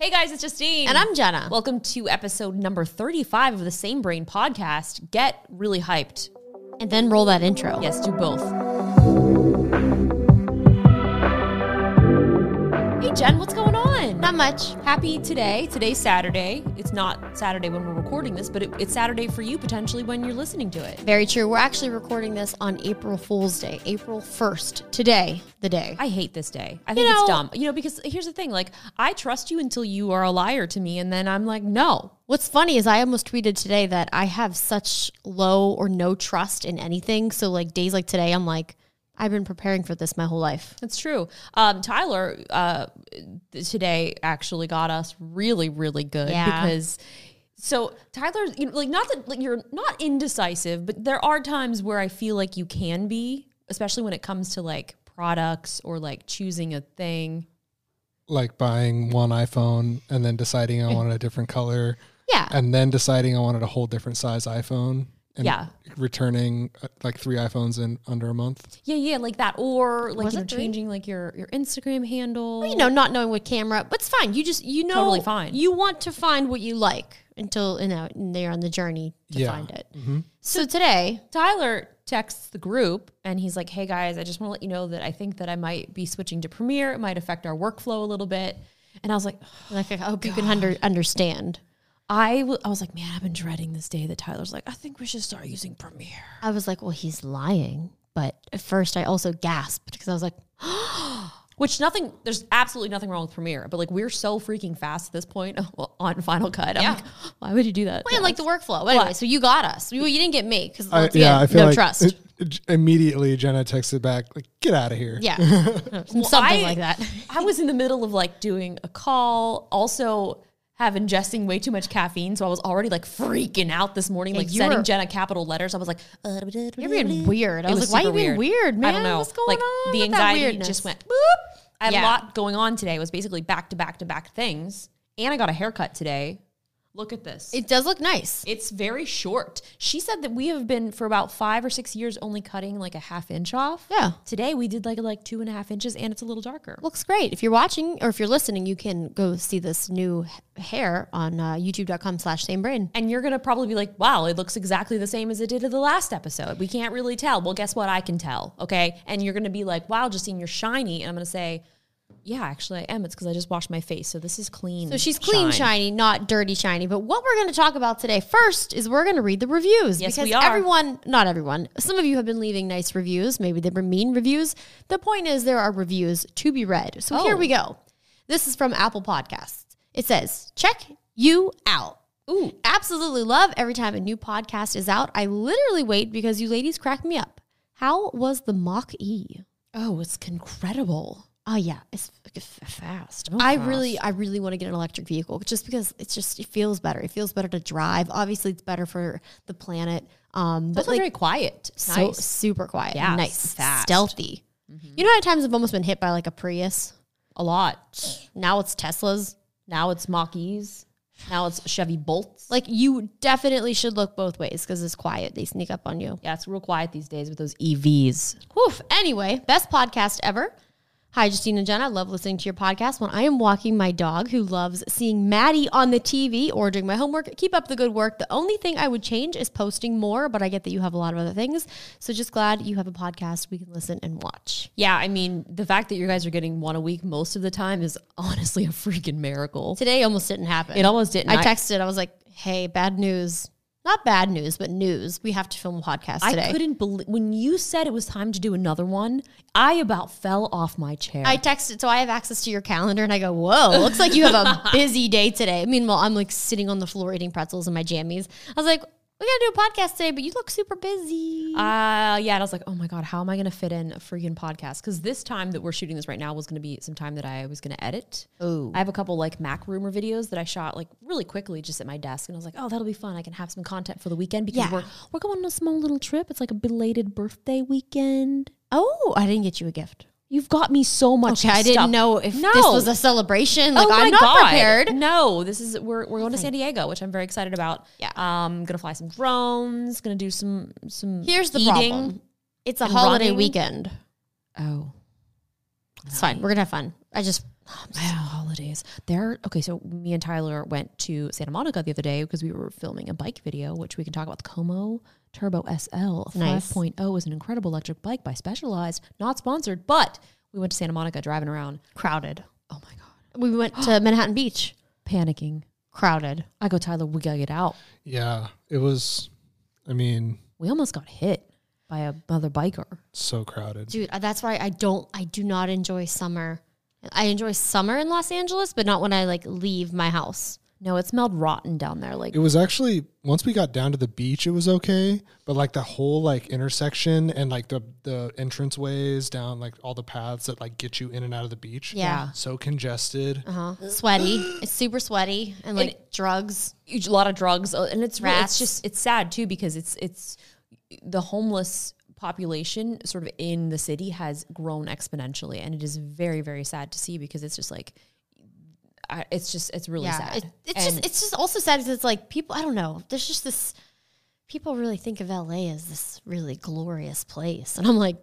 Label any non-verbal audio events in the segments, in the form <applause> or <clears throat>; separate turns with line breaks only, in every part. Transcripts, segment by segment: Hey guys, it's Justine.
And I'm Jenna.
Welcome to episode number 35 of the Same Brain podcast. Get really hyped.
and then roll that intro.
Yes, do both. Hey Jen, what's going on?
Not much.
Happy today. Today's Saturday. It's not Saturday when we're recording this, but it, it's Saturday for you potentially when you're listening to it.
Very true. We're actually recording this on April Fool's Day, April 1st. Today, the day.
I hate this day. I think
know-
it's dumb. You know, because here's the thing like, I trust you until you are a liar to me, and then I'm like, no.
What's funny is I almost tweeted today that I have such low or no trust in anything. So, like, days like today, I'm like, I've been preparing for this my whole life.
That's true. Um, Tyler uh, today actually got us really, really good
Yeah.
because. So Tyler, you know, like not that like, you're not indecisive, but there are times where I feel like you can be, especially when it comes to like products or like choosing a thing.
like buying one iPhone and then
<laughs>
deciding I wanted a different color
Yeah.
Uh,
and then deciding I wanted a whole different size iPhone and
Yeah.
returning uh, like three iPhones in under a month.
Yeah, yeah, like that, or like
Was
you know,
it three?
changing like your your Instagram handle.
you know, not knowing what camera, but it's fine. You just, you know,
Totally fine.
You want to find what you like until, you know, they're on the journey to
Yeah.
find it.
Mm-hmm.
So, today,
Tyler texts the group and he's like, "Hey guys, I just want to let you know that I think that I might be switching to Premiere. It might affect our workflow a little bit." And I was like,
like, I hope you can under, understand.
I wa- I was like, man, I've been dreading this day that Tyler's like, I think we should start using Premiere.
I was like, well, he's lying. But at first, I also gasped because I was like,
Which nothing, there's absolutely nothing wrong with Premiere, but like we're so freaking fast at this point <laughs> well, on Final Cut. I'm
Yeah. <gasps>
like, why would you do that?
I didn't like the workflow. Anyway, so you got us. You, you didn't get me because
I,
yeah,
yeah, I feel
no
like
trust.
it- it- immediately Jenna texted back like, "Get out of here."
yeah,
<laughs>
something
I-
like that.
<laughs> I was in the middle of like doing a call, also have ingesting way too much caffeine, so I was already like freaking out this morning, like
you
sending
were-
Jenna capital letters. I was like, uh,
<laughs> You're being weird. I was, like, why are you being weird, man?
I don't know.
What's going
like,
on?
The
with that
anxiety
weirdness?
just went boop. I had
Yeah.
a lot going on today. It was basically back to back to back things. And I got a haircut today. Look at this.
It does look nice.
it's very short. She said that we have been for about five or six years only cutting like a half inch off.
Yeah.
Today we did like like two and a half inches and it's a little darker.
looks great. If you're watching or if you're listening, you can go see this new h- hair on uh, youtube.com slash same brain.
and you're gonna probably be like, wow, it looks exactly the same as it did in the last episode. We can't really tell. Well, guess what? I can tell. Okay. And you're gonna be like, wow, Justine, you're shiny. And I'm gonna say, yeah, actually, I am. It's because I just washed my face. So this is clean.
So she's clean
shine.
shiny, not dirty shiny. But what we're going to talk about today first is we're going to read the reviews
Yes,
because
we are.
everyone, not everyone, some of you have been leaving nice reviews. Maybe they were mean reviews. The point is there are reviews to be read. So here
Oh.
we go. This is from Apple Podcasts. It says, "Check you out."
Ooh.
Absolutely love every time a new podcast is out. I literally wait because you ladies crack me up. How was the Mach E?
Oh, it's incredible.
Oh yeah, it's f-
Fast.
I really, I really want to get an electric vehicle just because it's just it feels better. It feels better to drive. Obviously, it's better for the planet. Um, but
Those are
like
very quiet. It's
so
nice.
super quiet,
Yeah,
nice,
fast. Mm-hmm.
stealthy. You know how many times I've almost been hit by like a Prius.
A lot.
Now it's Teslas.
Now it's Mach-E's. Now it's Chevy Bolts.
Like you definitely should look both ways because it's quiet. They sneak up on you.
yeah, it's real quiet these days with those E EVs.
Whew. Anyway, best podcast ever. Hi, Justine and Jenna. I love listening to your podcast when I am walking my dog who loves seeing Maddie on the TV or doing my homework. Keep up the good work. The only thing I would change is posting more, but I get that you have a lot of other things. So just glad you have a podcast we can listen and watch.
Yeah, I mean, the fact that you guys are getting one a week most of the time is <laughs> honestly a freaking miracle.
Today almost didn't happen.
It almost didn't.
I texted, I was like, hey, bad news. Not bad news, but news. We have to film a podcast
I
today.
couldn't believe when you said it was time to do another one. I about fell off my chair.
I texted, so I have access to your calendar, and I go, "Whoa,
<laughs>
looks like you have a busy day today." Meanwhile, I'm like sitting on the floor eating pretzels in my jammies. I was like, We gotta do a podcast today, but you look super busy.
Uh, yeah. And I was like, oh my God, how am I going to fit in a freaking podcast? Because this time that we're shooting this right now was going to be some time that I was going to edit.
Ooh.
I have a couple like Mac rumor videos that I shot like really quickly just at my desk. And I was like, oh, that'll be fun. I can have some content for the weekend because
Yeah.
we're, we're going on a small little trip. It's like a belated birthday weekend.
oh, I didn't get you a gift.
You've got me so much.
Okay, I didn't
stuff.
know if
No.
this was a celebration. Like
oh my
I'm not
God.
prepared.
No, this is we're we're going to San Diego, which I'm very excited about.
Yeah.
um, gonna fly some drones. Gonna do some some.
Here's the
eating.
problem. It's a
and
holiday
running.
weekend.
Oh,
It's fine. We're gonna have fun. I just
wow, holidays. There. Okay, so me and Tyler went to Santa Monica the other day because we were filming a bike video, which we can talk about. The Como Turbo SL
Nice.
5.0 is an incredible electric bike by Specialized, not sponsored, but we went to Santa Monica driving around,
crowded.
Oh my God.
We went
<gasps>
to Manhattan Beach.
panicking.
Crowded.
I go, Tyler, we gotta get out.
Yeah, it was. I mean,
We almost got hit by a another biker.
so crowded.
Dude, uh, that's why I don't I do not enjoy summer. I enjoy summer in Los Angeles, but not when I like leave my house.
No, it smelled rotten down there. Like
It was actually once we got down to the beach, it was okay. But like the whole like intersection and like the the entrance ways down like all the paths that like get you in and out of the beach.
Yeah.
so congested.
Uh-huh. Sweaty. it's super sweaty and like drugs.
a lot of drugs, uh, and it's re-
Rats.
it's just it's sad too because it's it's the homeless population sort of in the city has grown exponentially, and it is very very sad to see because it's just like I, it's just it's really
yeah.
sad.
It, it's just
And
it's just also sad because it's like people I don't know. There's just this people really think of LA as this really glorious place. And I'm like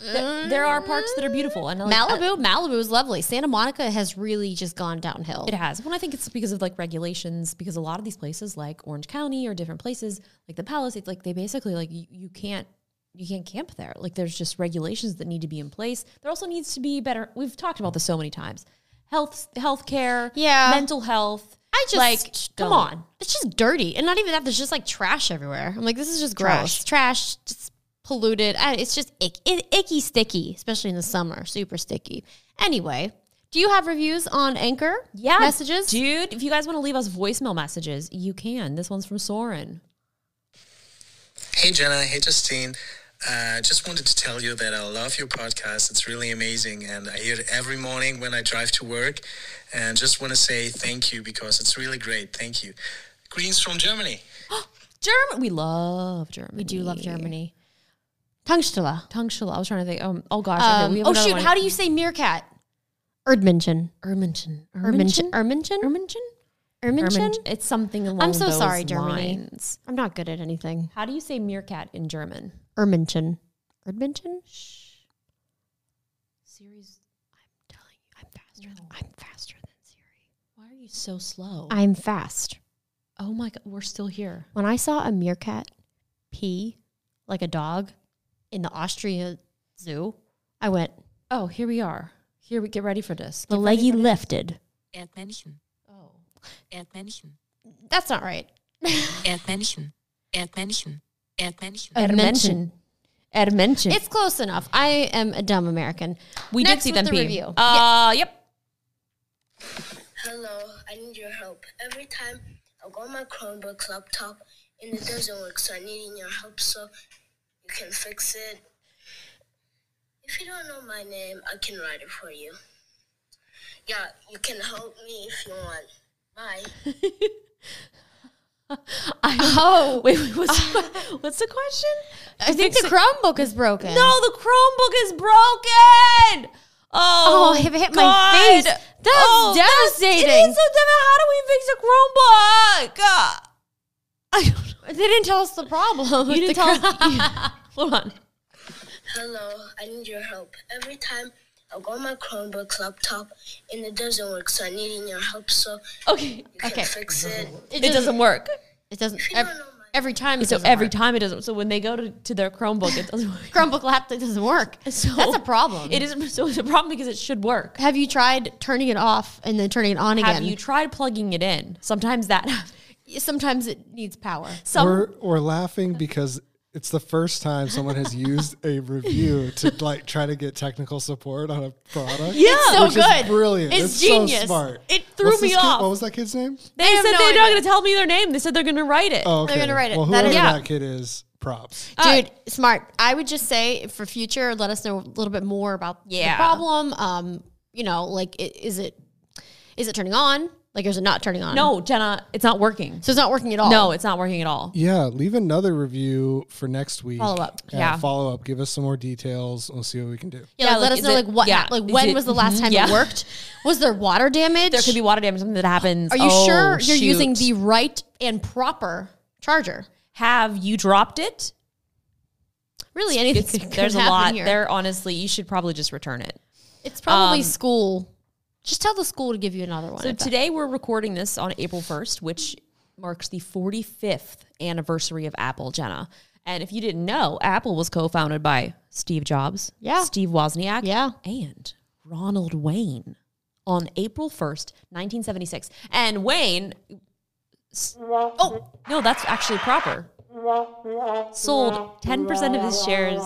th- there are parts that are beautiful and I like- uh, I-
Malibu, Malibu is lovely. Santa Monica has really just gone downhill.
It has. Well, I think it's because of like regulations, because a lot of these places, like Orange County or different places, like the Palisades, like they basically like you, you can't you can't camp there. Like there's just regulations that need to be in place. There also needs to be better. We've talked about this so many times. Health, healthcare,
Yeah.
mental health.
I just
like come
don't.
on.
It's just dirty, and not even that. There's just like trash everywhere. I'm like, this is just gross. Trash, just polluted. I- It's just ick, it, icky, sticky, especially in the summer. Super sticky. Anyway, do you have reviews on Anchor?
Yeah,
messages.
dude. If you guys want to leave us voicemail messages, you can. This one's from Soren.
Hey Jenna, hey Justine. Uh, just wanted to tell you that I love your podcast. It's really amazing, and I hear it every morning when I drive to work. And just want to say thank you because it's really great. Thank you. Greens from Germany.
German. We love Germany. We
do you love Germany? Tangstella.
Tungshala. I was trying to think. Um, oh gosh. I know.
Um,
We have
oh
another
shoot,
one.
how do you say meerkat? Erdmünchen.
Ermenchen. Ermenchen.
Ermünchen. Ermünchen.
Ermenchen.
Ermünchen.
Ermenchen? It's something along
I'm so
those
sorry, Germany.
lines.
I'm not good at anything.
How do you say meerkat in German?
Ermünchen. Erdmünchen.
Siri's.
telling you, I'm faster. Than, I'm faster than Siri.
Why are you so slow?
I'm fast.
oh my god, we're still here.
When I saw a meerkat pee like a dog in the Austria zoo, I went,
Oh, here we are. Here we get ready for this.
the leggy lifted.
Erdmännchen,
Oh.
Erdmännchen,
That's not right.
Erdmännchen, Erdmännchen, Erdmännchen.
Ermenchen. Ermenchen.
It's close enough. I am a dumb American.
we
Next
did see
with
them
the
pee.
review.
Uh, yep.
Hello, I need your help. Every time I go on my Chromebook laptop and it doesn't work, so I'm needing your help so you can fix it. If you don't know my name, I can write it for you. Yeah, you can help me if you want. Bye.
<laughs>
oh <laughs> wait, wait what's, what's the question?
I think the Chromebook is broken.
No, the Chromebook is broken. Oh,
Oh, it hit my
God. Oh,
face. That's devastating.
It is so devastating. How do we fix a Chromebook? I don't know.
They didn't tell us the problem.
You didn't
The
tell.
Chrome-
Hold on.
Hello, I need your help. Every time I go on my Chromebook laptop and it doesn't work, so I'm needing your help so
<laughs> Okay,
you can
Oh, Okay.
fix it.
it doesn't work.
It doesn't.
If you
Every,
don't know my
every time. It
So
doesn't
every
work.
time it doesn't. So when they go to, to their Chromebook, it doesn't work. <laughs>
Chromebook laptop doesn't <laughs> work.
So
That's a problem.
It is so it's a problem because it should work.
Have you tried turning it off and then turning it on again?
Have you tried plugging it in? Sometimes that. happens.
sometimes it needs power.
Some
we're we're laughing because It's the first time someone
<laughs>
has used a review to like try to get technical support on a product.
Yeah, it's so
which is
good.
brilliant.
It's,
It's so
genius.
smart.
It threw
What's
me
this kid-
off.
What was that kid's name?
They
have
said
no
they're not
idea.
going to tell me their name. They said they're going to write it.
Oh,
They're
okay.
gonna write it.
Well,
That
whoever
is- Yeah.
that kid is, props.
Dude, smart. I would just say for future, let us know a little bit more about
Yeah.
the problem. Um, you know, like i- is it is it turning on? Like, or is it not turning on?
No, Jenna, it's not working.
so it's not working at all.
No, it's not working at all.
Yeah, leave another review for next week.
Follow up.
Yeah.
follow up. Give us some more details. We'll see what we can do.
yeah,
Yeah,
like,
like,
let us
is
know
it-
like what
yeah.
like
Is
when
it-
was the
<laughs>
last
mhm,
time
yeah.
it worked? Was there water damage?
There could be water damage, something that happens.
Are you
Oh,
sure you're
shoot.
using the right and proper charger?
Have you dropped
<laughs>
it?
Really, anything
It's-
could, could
there's a
happen
lot
here.
there. Honestly, you should probably just return it.
It's probably
Um,
school. Just tell the school to give you another one.
So
I bet.
today we're recording this on April 1st, which marks the 45th anniversary of Apple, Jenna. And if you didn't know, Apple was co-founded by Steve Jobs,
Yeah.
Steve Wozniak,
Yeah.
and Ronald Wayne on April 1st, 1976. And Wayne s- Oh, no, that's actually proper. Sold 10% of his shares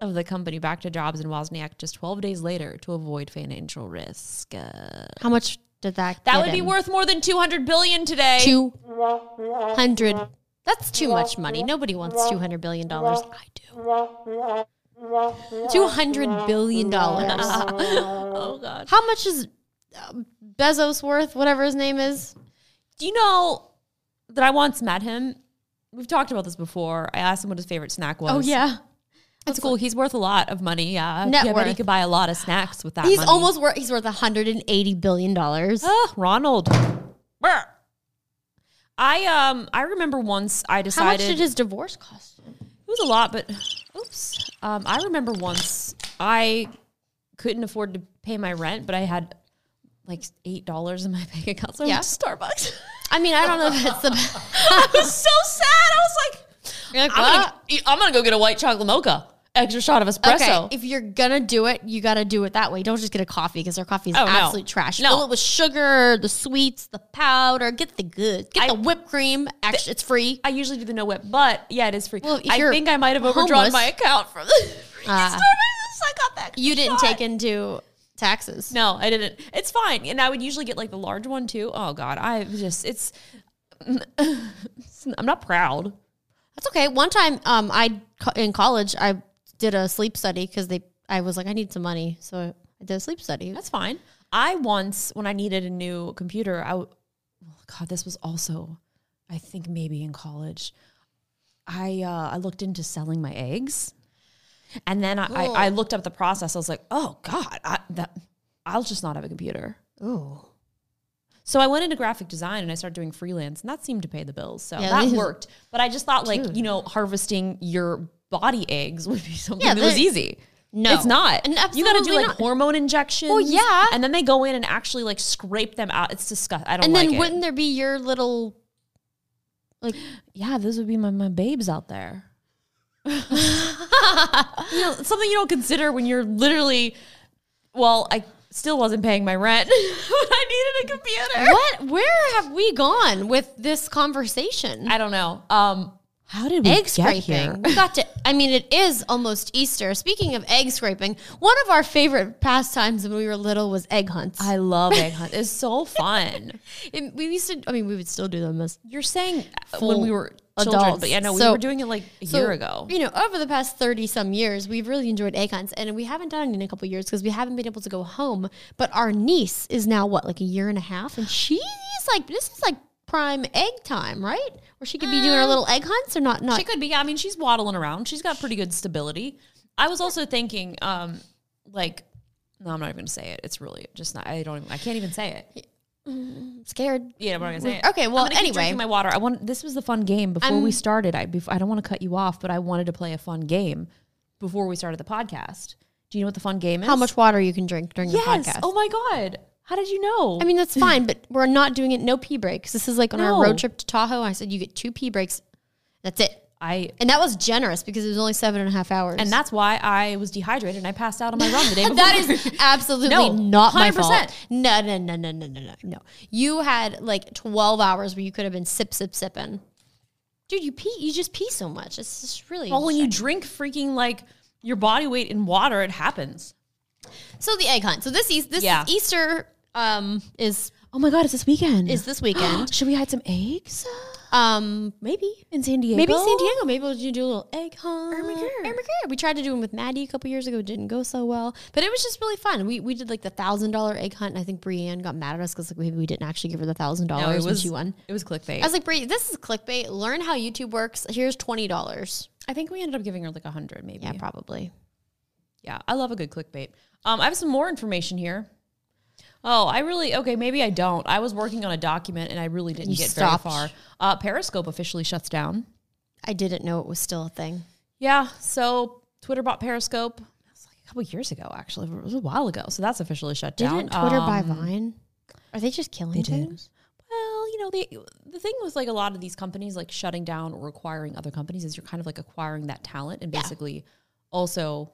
of the company back to Jobs and Wozniak just 12 days later to avoid financial risk.
how much did that?
That
get
would be
him?
worth more than 200 billion today.
two hundred. That's too much money. Nobody wants two hundred billion dollars. I do. Two hundred <laughs> billion dollars.
oh god.
How much is um, Bezos worth? Whatever his name is.
Do you know that I once met him? We've talked about this before. I asked him what his favorite snack was.
Oh yeah,
That's cool. He's worth a lot of money. Yeah.
Net
yeah, I bet he
worth.
could buy a lot of snacks with that
he's
money.
almost worth. He's worth one hundred and eighty billion dollars.
Ah, Ronald. Brr. I um I remember once I
How much
decided
did his divorce cost? him?
It was a lot, but oops. Um, I remember once I couldn't afford to pay my rent, but I had like eight dollars in my <laughs> bank account, so I
Yeah.
went to Starbucks.
I mean, I don't know if it's the.
<laughs> I was so sad. I was like,
You're like,
I'm,
"What?"
gonna, eat- I'm gonna go get a white chocolate mocha, extra shot of espresso.
Okay, if you're gonna do it, you gotta do it that way. Don't just get a coffee because their coffee is
Oh, no.
absolute trash.
No.
Fill it with sugar, the sweets, the powder. Get the good. Get
I-
the whipped cream. Actually, it's free.
I usually do the no whip, but yeah, it is free.
Well, if
I
you're
think I might have overdrawn
homeless-
my account from the <laughs> freaking
Ah.
Starbucks. so I got that.
you didn't
shot.
take into taxes.
No, I didn't. It's fine. And I would usually get like the large one too. Oh God, I just it's. <laughs> I'm not proud.
That's okay. One time, um, I co- in college I did a sleep study because they I was like I need some money, so I did a sleep study.
That's fine. I once, when I needed a new computer, I, w- oh God, this was also, I think maybe in college, I uh, I looked into selling my eggs, and then I, I, I looked up the process. I was like, oh God, I, that I'll just not have a computer.
Ooh,
So I went into graphic design and I started doing freelance, and that seemed to pay the bills. So
Yeah,
that
these-
worked. But I just thought, like, you know, harvesting your body eggs <laughs> would be something
Yeah,
that was
they're-
easy.
No.
it's not.
And
you got to do
absolutely
like
not.
hormone injections.
Well, yeah.
and then they go in and actually like scrape them out. It's disgusting. I don't.
and then
like it.
wouldn't there be your little like
yeah, those would be my my babes out
<laughs>
there. you know, it's something you don't consider when you're literally. Well, I still wasn't paying my rent. <laughs> I needed a computer.
what? Where have we gone with this conversation?
I don't know. Um, how did we
Egg
get here?
scraping. We got to. I mean, it is almost Easter. Speaking of egg scraping, one of our favorite pastimes when we were little was egg hunts.
I love egg hunt. It's so fun.
And we used to. I mean, we would still do them as
You're saying when
Full
we were children,
adults.
but yeah, no, we
So-
were doing it like a
So,
year ago.
You know, over the past 30 some years, we've really enjoyed egg hunts and we haven't done it in a couple years because we haven't been able to go home. But our niece is now what, like a year and a half? And she's like, this is like prime egg time, right? Where she could be doing her little egg hunts or not, not.
She could be. I mean, she's waddling around. She's got pretty good stability. I was also thinking, um, like, no, I'm not even gonna say it. It's really just not. I don't. Even, I can't even say it.
scared.
Yeah, I'm not gonna say it.
Okay,
I'm
well,
gonna keep
anyway.
drinking my water. I want. This was the fun game before we started. I bef- I don't want to cut you off, but I wanted to play a fun game before we started the podcast. Do you know what the fun game is?
How much water you can drink during
Yes.
the podcast.
Oh my god. How did you know?
I mean, that's fine, but we're not doing it no pee breaks. This is like on
No.
our road trip to Tahoe. I said, you get two pee breaks. That's it.
I
And that was generous because it was only seven and a half hours.
and that's why I was dehydrated and I passed out on my run the day before.
<laughs> that is absolutely
No,
not my
100%.
fault. No, no, no, no, no, no, no, no. You had like 12 hours where you could have been sip, sip, sipping. Dude, you pee. You just pee so much. It's just
<laughs>
really.
Well, when you
upsetting.
drink freaking like your body weight in water, it happens.
so the egg hunt. So this East, this
Yeah.
Easter um is
Oh my god, it's this weekend.
is this <gasps> weekend.
Should we hide some eggs?
um, maybe
In San Diego?
maybe San Diego. Maybe we'll do a little egg hunt.
Irma Kerr.
Irma Kerr. We tried to do one with Maddie a couple years ago. It didn't go so well, but it was just really fun. We we did like the thousand dollar egg hunt, and I think Brienne got mad at us because like maybe we didn't actually give her the thousand
No, it
dollars when
was
she won.
It was clickbait.
I was like, Brie, this is clickbait. Learn how YouTube works. Here's twenty dollars.
I think we ended up giving her like a hundred, maybe.
Yeah, probably.
Yeah, I love a good clickbait. Um, I have some more information here. Oh, I really okay. Maybe I don't. I was working on a document and I really didn't
You
get
stopped.
very far. Uh, Periscope officially shuts down.
I didn't know it was still a thing.
Yeah, so Twitter bought Periscope. That was like a couple years ago, actually. It was a while ago. So that's officially shut down.
Didn't Twitter buy
Um,
Vine? Are they just killing things?
Well, you know, they, the thing with like a lot of these companies like shutting down or acquiring other companies is you're kind of like acquiring that talent and basically also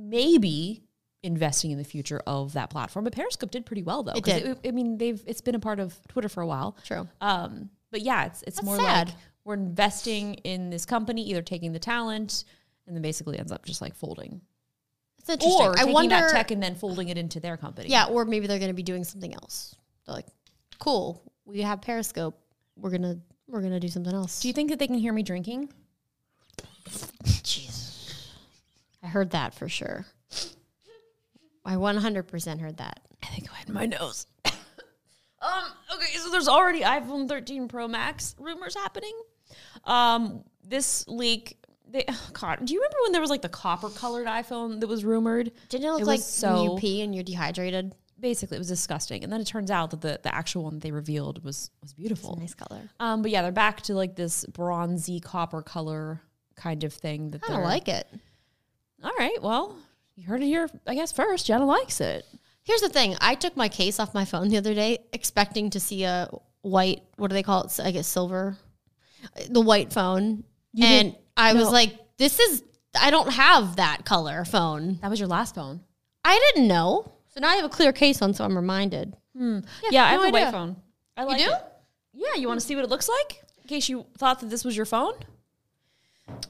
maybe investing in the future of that platform. But Periscope did pretty well though.
It
'cause
did.
I mean, they've it's been a part of Twitter for a while.
True.
Um, but yeah, it's it's
That's
more
sad.
like we're investing in this company, either taking the talent and then basically ends up just like folding.
It's interesting.
Or
I
taking
wonder.
that tech and then folding it into their company.
yeah, or maybe they're going to be doing something else. They're like, cool, we have Periscope. We're gonna we're gonna do something else.
Do you think that they can hear me drinking?
I heard that for sure. I 100% heard that.
I think I had my nose. <laughs> um, okay, so there's already iPhone 13 Pro Max rumors happening. Um, this leak, they, <sighs> oh God, do you remember when there was like the copper colored iPhone that was rumored?
Didn't it look
was
like when
so-
you pee and you're dehydrated?
Basically, it was disgusting. And then it turns out that the, the actual one that they revealed was was beautiful.
Nice color.
Um, but yeah, they're back to like this bronzy copper color kind of thing. That
I don't
they're-
like it.
All right, well, you heard it here, I guess first. Jenna likes it.
Here's the thing. I took my case off my phone the other day, expecting to see a white. What do they call it? S- I guess silver. The white phone, and I was
no.
like, "This is. I don't have that color phone.
That was your last phone.
I didn't know. So now I have a clear case on, so I'm reminded.
Yeah,
Yeah,
I
no
have a white
idea.
phone. I like
do?
it. Yeah, you want to see what it looks like? In case you thought that this was your phone?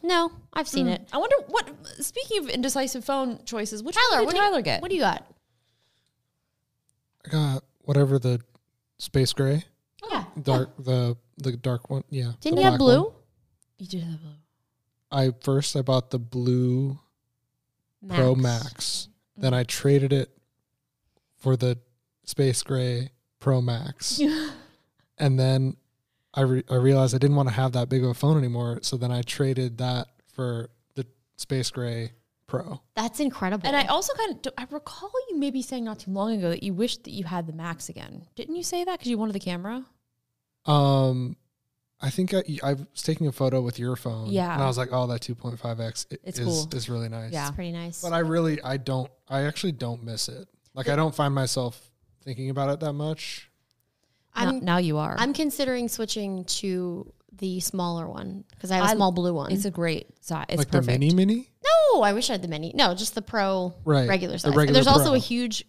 No, I've seen it.
I wonder what speaking of indecisive phone choices, which
Tyler,
one
what
did
do
Tyler
you,
get?
What do you got?
I got whatever the space gray,
Yeah.
dark the the dark one. Yeah. the
Didn't you have
black one.
blue?
you did have blue.
I first I bought the blue Pro Max.
Mm.
Then I traded it for the Space Gray
<laughs>
Pro Max. and then I, re- I realized I didn't want to have that big of a phone anymore. So then I traded that for the Space Gray Pro.
That's incredible.
And I also kind of I recall you maybe saying not too long ago that you wished that you had the Max again. Didn't you say that because you wanted the camera?
Um, I think I, I was taking a photo with your phone.
Yeah.
And I was like, oh, that 2.5X i-
It's
is,
cool.
is really nice.
Yeah.
That's pretty nice.
But I really, I don't, I actually don't miss it. Like, I don't find myself thinking about it that much.
Now-
I'm
now, you are.
I'm considering switching to the smaller one because I have a
I-
small blue one.
it's a great size. It's
like
perfect.
the mini mini?
No, I wish I had the mini. No, just the pro
Right,
regular
the
size.
regular
There's also
pro.
a huge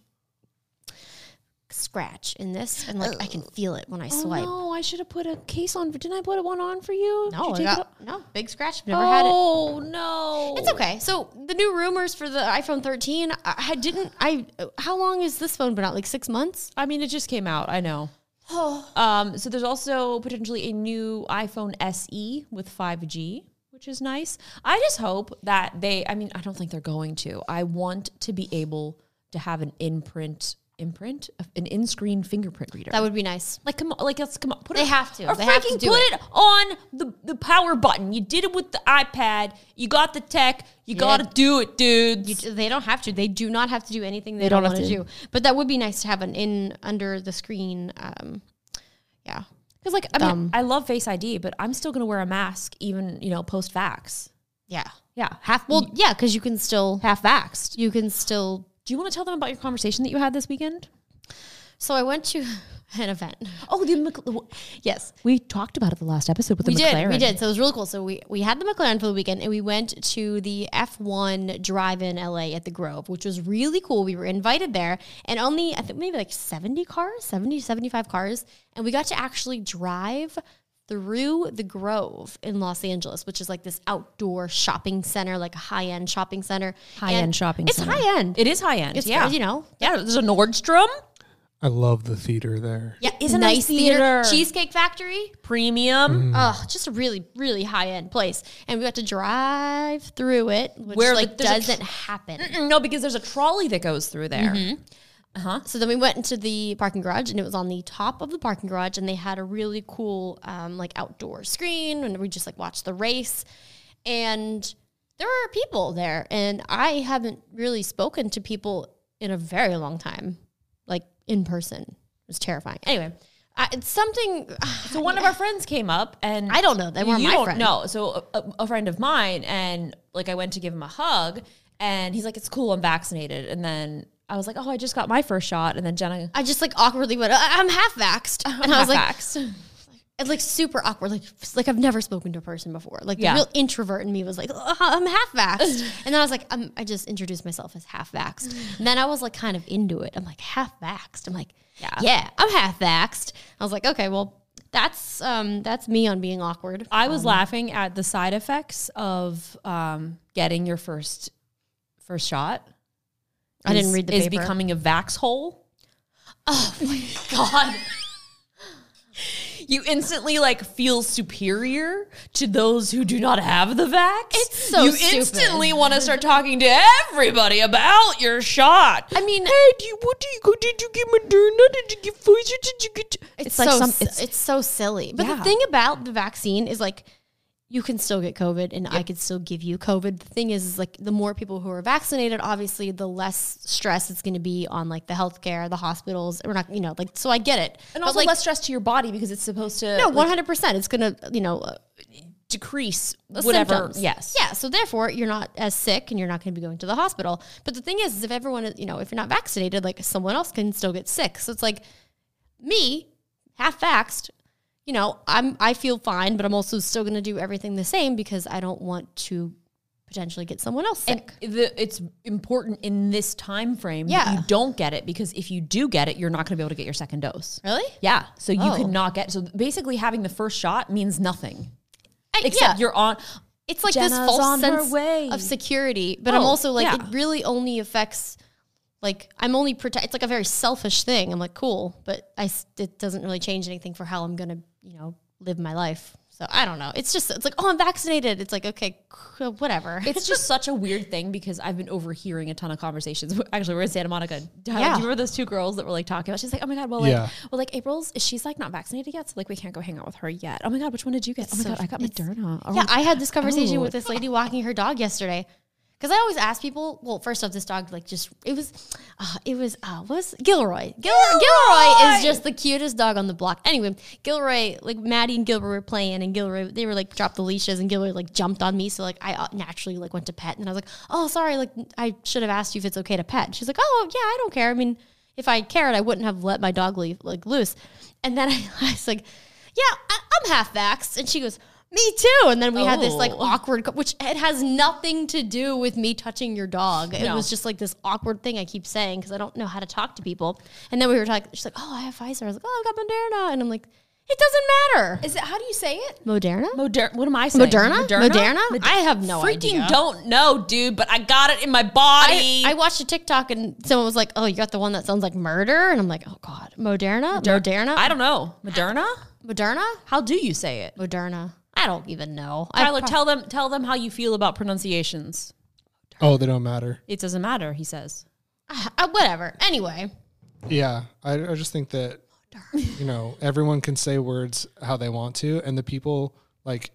scratch in this, and like I can feel it when I
oh
swipe.
no, I should have put a case on. Didn't I put one on for you?
No,
Did
I
you take it
got,
off?
no big scratch. I've never had it.
Oh no,
It's okay. So the new rumors for the iPhone 13, I, I didn't. I how long has this phone been out? Like six months.
I mean, it just came out. I
<sighs>
know.
Oh.
um, so there's also potentially a new iPhone SE with 5G, which is nice. I just hope that they. I mean, I don't think they're going to. I want to be able to have an imprint, imprint, an in-screen fingerprint reader.
That would be nice.
like come on, like let's come on. Put
They
it,
have to.
Or
They
freaking
have to do
put
it.
it. on the the power button. You did it with the iPad. You got the tech. You
Yeah.
gotta do it, dudes.
You, they don't have to. They do not have to do anything they,
They
don't,
don't have
want to
to.
do. But that would be nice to have an in under the screen. Um, yeah.
Because like I mean, I love Face ID, but I'm still gonna wear a mask even you know post vax.
Yeah.
Yeah, half
Well, yeah, because you can still
half vaxxed.
you can still
Do you want to tell them about your conversation that you had this weekend?
So I went to <laughs> an event.
Oh, the Mc-
Yes,
we talked about it the last episode with
we
the
did.
McLaren.
We did. So it was really cool. So we, we had the McLaren for the weekend and we went to the F1 drive in LA at the Grove, which was really cool. We were invited there and only, I think maybe like 70 cars, 70, 75 cars. And we got to actually drive through the Grove in Los Angeles, which is like this outdoor shopping center, like a high end shopping center.
High
And
end shopping.
It's
center.
high end.
It is high end.
It's,
yeah.
you know.
Yeah. There's a Nordstrom
I love the theater there.
Yeah,
it's a nice theater.
Cheesecake Factory.
Premium.
Oh, just a really, really high end place. And we got to drive through it, which
Where
like
the- there's a tr-
doesn't happen.
Mm, No, because there's a trolley that goes through there.
Mm-hmm. So then we went into the parking garage, and it was on the top of the parking garage, and they had a really cool um, like outdoor screen, and we just like watched the race, and there were people there, and I haven't really spoken to people in a very long time, like in person. It was terrifying. Anyway, I, it's something.
So one of our friends came up and
I don't know. They weren't
you
my
don't
friend.
know. So a, a- a friend of mine and like I went to give him a hug and he's like, "It's cool, I'm vaccinated." And then I was like, "Oh, I just got my first shot." And then Jenna,
I just like awkwardly went. "I- I'm half vaxxed,
Oh,
and I was like,
vaxxed.
it's like super awkward. Like, like I've never spoken to a person before. Like
Yeah.
the real introvert in me was like, "Ugh, I'm half
<laughs>
vaxxed. and then I was like, i I just introduced myself as half
<sighs>
vaxxed. And then I was like kind of into it. I'm like half vaxxed. I'm like, yeah, I'm half vaxxed. I was like, okay, well that's, um, that's me on being awkward.
I was laughing at the side effects of um, getting your first first shot.
I didn't
Is-
read the
is
paper. Oh
becoming a vax hole.
God.
You instantly like feel superior to those who do not have the vax.
It's so
you
stupid.
instantly want to start talking to everybody about your shot.
I mean,
do you, what do you go? Did you get Moderna? Did you get Pfizer? Did you get?
it's, so, si- it's, so silly. But
Yeah.
the thing about the vaccine is like, you can still get COVID and I could still give you COVID. The thing is, is like the more people who are vaccinated, obviously the less stress it's going to be on like the healthcare, the hospitals. We're not, you know, like, so I get it.
and
But,
also
like,
less stress to your body because it's supposed to
no,
like,
100%. It's going to, you know, uh,
decrease
the
whatever.
symptoms.
Yes.
Yeah. So therefore, you're not as sick, and you're not going to be going to the hospital. But the thing is, is if everyone, is, you know, if you're not vaccinated, like someone else can still get sick. So it's like me, half vaxxed. You know, I'm I feel fine, but I'm also still going to do everything the same because I don't want to potentially get someone else sick.
And the, it's important in this time frame that
Yeah.
you don't get it because if you do get it, you're not going to be able to get your second dose.
really?
Yeah, so you
Oh.
could not get. So basically, having the first shot means nothing
I,
except
yeah.
you're on.
it's like this
Jenna's
false
on her
sense
way.
of security. But I'm
Oh,
also like,
yeah.
it really only affects, like, I'm only protect. It's like a very selfish thing. I'm like, cool, but I s- it doesn't really change anything for how I'm gonna, you know, live my life. So I don't know. It's just it's like, oh, I'm vaccinated. It's like, okay, cool, whatever.
It's
<laughs>
just such a weird thing because I've been overhearing a ton of conversations. <laughs> Actually, we're in Santa Monica. Tyler,
Yeah.
Do you remember those two girls that were like talking about? She's like, "Oh my god, well, like,
Yeah.
well, like April's she's like not vaccinated yet, so like we can't go hang out with her yet. Oh my god, which one did you get? oh my
so-
god, I got
it's-
Moderna. Oh
yeah,
my-
I had this conversation
Oh.
with this lady walking her dog yesterday. Cause I always ask people. Well, first off, this dog like just it was, uh, it was uh, what was Gilroy. Gil- Gilroy. is just the cutest dog on the block. Anyway, Gilroy like Maddie and Gilroy were playing, and Gilroy they were like dropped the leashes, and Gilroy like jumped on me. So like I uh, naturally like went to pet, and I was like, oh sorry, like I should have asked you if it's okay to pet. And she's like, oh yeah, I don't care. I mean, if I cared, I wouldn't have let my dog leave like loose. And then <laughs> I, I was like, yeah, I, I'm half vaxxed, and she goes. Me too. And then we had this like
Oh.
awkward, co- which it has nothing to do with me touching your dog. It
No.
was just like this awkward thing I keep saying because I don't know how to talk to people. And then we were talking, she's like, oh, I have Pfizer. I was like, oh, I got Moderna. And I'm like, it doesn't matter.
is it? How do you say it?
Moderna?
Moderna. What am I saying?
Moderna? Moderna?
Mod-
I have no
freaking
idea.
don't know, dude. But I got it in my body.
I, I watched a TikTok and someone was like, oh, you got the one that sounds like murder? And I'm like, oh, God. Moderna? Moderna?
I don't know. Moderna?
Moderna?
How do you say it?
Moderna. I don't even know. I
Tyler,
pro-
tell them tell them how you feel about pronunciations.
Oh, they don't matter.
It doesn't matter, he says.
I- Uh, whatever. Anyway.
Yeah, I, I just think that you know everyone can say words how they want to, and the people like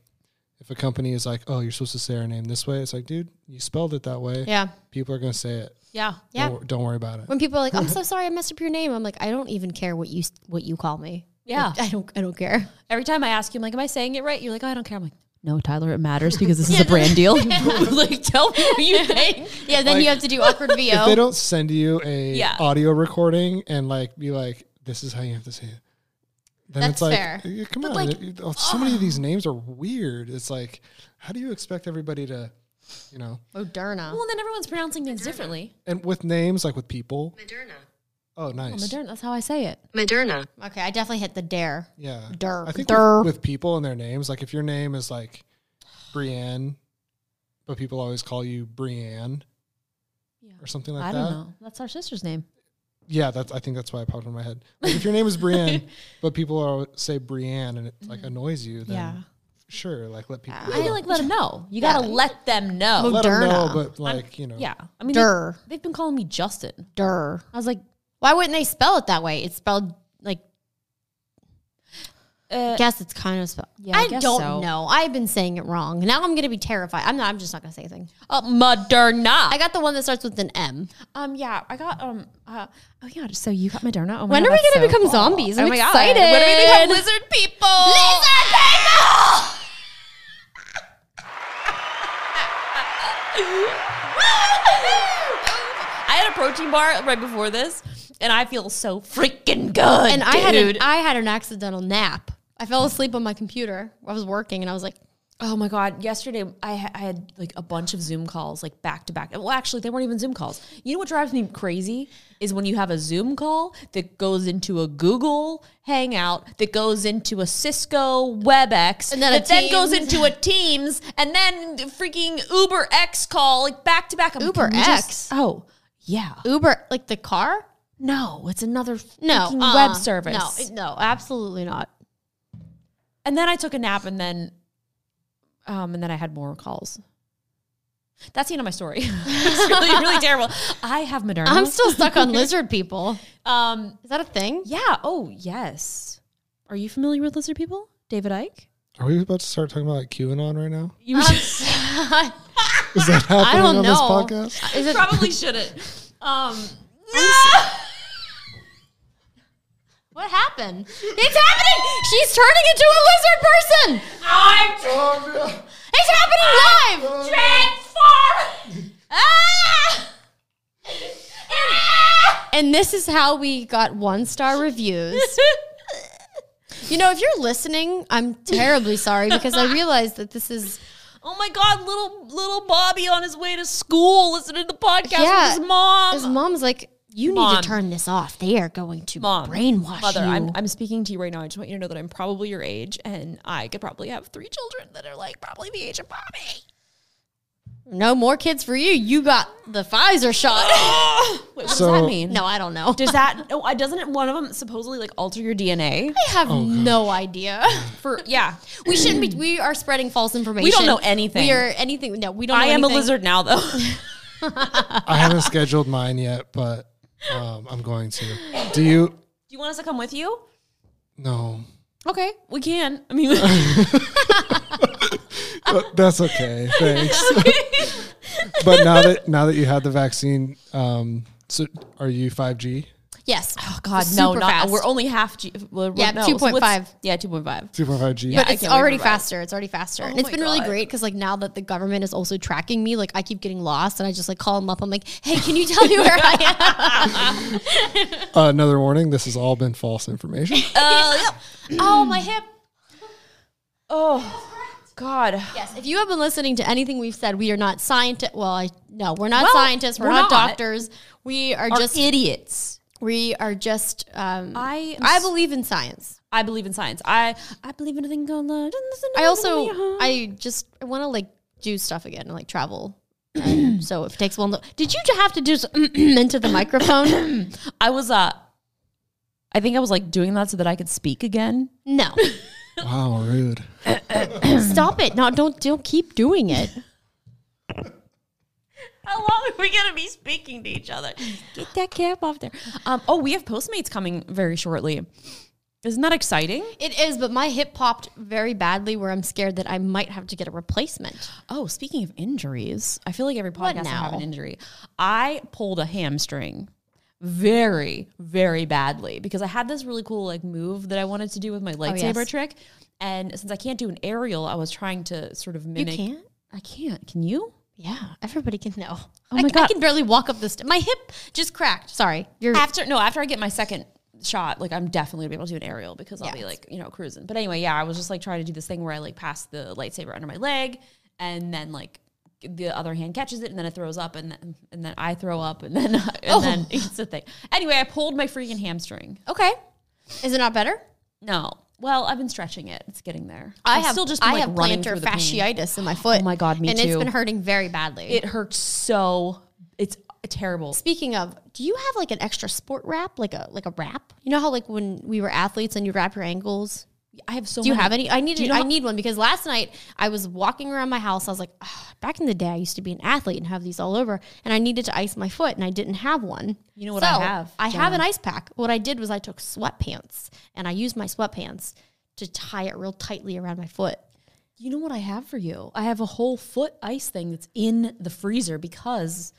if a company is like, "Oh, you're supposed to say our name this way," it's like, dude, you spelled it that way.
Yeah.
people are gonna say it.
Yeah.
Yeah.
Don't, wor- don't worry about it.
when people are like, "I'm so sorry, I messed up your name," I'm like, "I don't even care what you what you call me.
Yeah.
Like, I don't I don't care."
Every time I ask you, I'm like, <laughs> am I saying
<laughs>
it right? You're like, oh, I don't care. I'm like, no, Tyler, it matters because this is a brand deal. <laughs> like, tell me what <laughs> you think.
Yeah, then you have to do awkward <laughs>
If they
VO.
don't send you a
Yeah.
audio recording and like be like, "This is how you have to say it," then
That's
it's like,
fair.
"Eh, "Come
But,
on!"
like,
it- it- so many of these names are weird. It's like, how do you expect everybody to, you know?
Moderna.
Well, then everyone's pronouncing things differently.
And with names, like with people,
Moderna.
Oh, nice.
Moderna. That's how I say it.
Moderna.
Okay, I definitely hit the dare.
Yeah.
Der.
I think
Der.
With, with people and their names, like if your name is like Brienne, but people always call you Brienne or something like
I
that.
don't know. That's our sister's name.
Yeah, that's. I think that's why it popped in my head. Like if your name
<laughs>
is Brienne, but people are, say Brienne and it like annoys you, then
Mm. Yeah.
sure, like let people.
I feel like let them know.
You gotta let them know.
let 'em know,
Moderna.
but like you know,
Yeah, I mean,
Der.
They, have been calling me Justin.
Der.
I was like,
Why wouldn't they spell it that way? It's spelled like. I
uh,
guess it's kind of spelled.
Yeah, I
I,
guess
don't
so.
know. I've been saying it wrong. Now I'm gonna be terrified. I'm not. I'm just not gonna say anything.
uh, Moderna.
I got the one that starts with an M.
Um, yeah, I got um. Uh, oh yeah, so you got Moderna. Oh my
When
God,
are we
that's
gonna
so
become
cool.
zombies? I'm
oh my
excited.
God. When are we become
Lizard
lizard people?
people. <laughs>
I had a protein bar right before this, and I feel so freaking good.
And I had an,
dude.
I had an accidental nap. I fell asleep on my computer. I was working, and I was like,
Oh my god! Yesterday, I, ha- I had like a bunch of Zoom calls, like back to back. Well, actually, they weren't even Zoom calls. You know what drives me crazy is when you have a Zoom call that goes into a Google Hangout, that goes into a Cisco WebEx,
And then a
that then goes
Teams.
into a Teams, and then the freaking Uber X call, like back to back. I'm like,
Uber
can we just-
X?
Oh yeah.
Uber, like the car?
No, it's another
No,
freaking
uh-uh.
web service.
No, it- no, absolutely not.
and then I took a nap, and then, um, and then I had more calls. That's the end of my story. <laughs> it's really, really terrible. I have Moderna.
I'm still
<laughs>
stuck on lizard people.
um,
Is that a thing?
yeah. Oh, yes. Are you familiar with lizard people, David Ike?
Are we about to start talking about like QAnon right now?
You
<laughs>
<laughs>
Is that happening
I don't
on
know.
this podcast?
Is it?
probably shouldn't. Um, <laughs>
What happened? It's happening! She's turning into a lizard person.
I'm
It's happening live.
transformed.
Ah! And this is how we got one star reviews. You know, if you're listening, I'm terribly sorry because
<laughs>
I realize that this is
<laughs> Oh my God, little little Bobby on his way to school listening to the podcast
Yeah.
with his mom.
his mom's like, you need
Mom.
to turn this off. They are going to
Mom,
brainwash
mother,
you.
I'm, I'm speaking to you right now. I just want you to know that I'm probably your age, and I could probably have three children that are like probably the age of <gasps> Bobby.
no more kids for you. You got the Pfizer
<laughs>
shot.
Wait, what does that
So-
mean?
no, I don't know.
does that? Oh, I- doesn't it, one of them supposedly like alter your DNA?
I have no idea.
For yeah,
We shouldn't be. We are spreading false information.
know anything.
We are anything. No, we don't.
I
know
am a
anything.
lizard now <laughs> though.
I haven't scheduled mine yet, but um, I'm going to. Do you?
Do you want us to come with you?
No,
Okay, we can. I mean, <laughs> I
But
<laughs>
that's okay. Thanks. <laughs> but now that now that you had the vaccine, um, so are you five G?
Yes. Oh God,
no, not we're only half G. well,
Yeah,
no, so
2.5.
what's- yeah, two point five.
Two point five G.
I
It's
can't wait
already
for mine.
faster. It's already faster, and it's
my
been really
God.
great because like now that the government is also tracking me, like I keep getting lost, and I just like call them up. I'm like, hey, can you tell me
<laughs>
where I
Uh, another warning: this has all been false information.
am? oh, my hip.
Oh God.
Yes. If you have been listening to anything we've said, we are not scientists. Well, I, no, we're not
Well,
scientists. We're,
we're
not,
not.
doctors. We are,
Are
just.
idiots.
we are just. Um,
I am
I
s-
believe in science.
I believe in science. I I believe in a thing called love.
I also I just I want to like do stuff again and like travel. <clears throat> And so if it takes one look, did you ju- have to do s- <clears throat> into the
<clears throat>
microphone?
I was uh I think I was like doing that so that I could speak again.
no,
wow, rude.
stop it! No, don't don't keep doing it.
How long are we gonna be speaking to each other? Get that cap off there. Um oh we have Postmates coming very shortly. Isn't that exciting?
It is, but my hip popped very badly, where I'm scared that I might have to get a replacement.
Oh, speaking of injuries, I feel like every
What
podcast I have
now?
an injury. I pulled a hamstring very, very badly because I had this really cool like move that I wanted to do with my lightsaber
yes.
trick. And since I can't do an aerial, I was trying to sort of mimic.
can't?
I can't. Can you?
Yeah, everybody can know.
Oh
I,
my
I
God.
can barely walk up the st- My hip just cracked. Sorry, you're
after no after I get my second shot, like I'm definitely gonna be able to do an aerial because I'll be like you know cruising. But anyway, yeah, I was just like trying to do this thing where I like pass the lightsaber under my leg and then like the other hand catches it and then it throws up and then, and then I throw up and then <laughs> and
Oh.
then it's a thing. Anyway, I pulled my freaking hamstring.
Okay. Is it not better?
No. Well, I've been stretching it. It's getting there.
I
I've
have
still just been,
I
like,
have
running
plantar
through the pain.
fasciitis in my foot.
Oh my God, me
and
too.
it's been hurting very badly.
It hurts so it's terrible.
Speaking of, do you have like an extra sport wrap, like a like a wrap? You know how like when we were athletes and you wrap your ankles.
I have so
Do you
many-
have any? I need
Do you know
I
how-
need one because last night I was walking around my house. I was like, "Ah, back in the day, I used to be an athlete and have these all over, and I needed to ice my foot, and I didn't have one.
You know what I have,
I have
Jenna?
an ice pack. What I did was I took sweatpants and I used my sweatpants to tie it real tightly around my foot.
You know what I have for you? I have a whole foot ice thing that's in the freezer because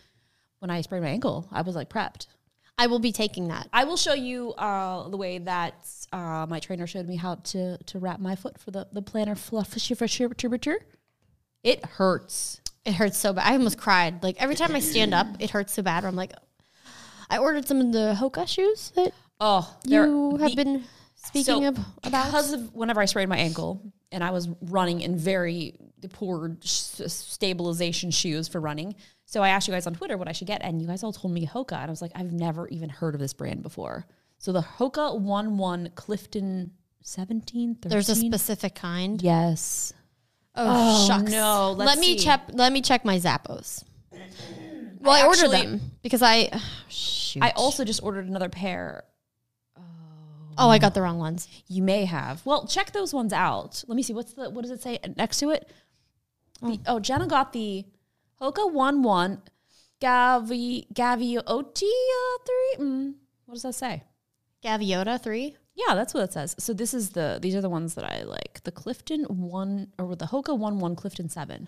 when I sprained my ankle, I was like prepped.
I will be taking that.
I will show you uh, the way that uh, my trainer showed me how to to wrap my foot for the the plantar fluffy It hurts.
It hurts so bad. I almost cried. Like every time I stand up, it hurts so bad. Where I'm like, I ordered some of the Hoka shoes that
Oh, they're-
you have
the-
been speaking
so
of about.
because of whenever I sprained my ankle and I was running in very poor s- stabilization shoes for running. So I asked you guys on Twitter what I should get, and you guys all told me Hoka, and I was like, I've never even heard of this brand before. So the Hoka One One Clifton Seventeen. 13?
There's a specific kind.
yes.
Oh,
Oh,
shucks.
no. Let's
let me
see.
check. Let me check my Zappos. Well, I, ordered
actually-
them because I. Shoot.
I also just ordered another pair.
Oh, I got the wrong ones.
You may have. Well, check those ones out. Let me see. What's the what does it say next to it? The- oh, Jenna got the Hoka One One Gavi Gavioti Three. Mm, what does that say?
Gaviota three.
Yeah, that's what it says. So this is the these are the ones that I like. The Clifton One or the Hoka One One Clifton Seven.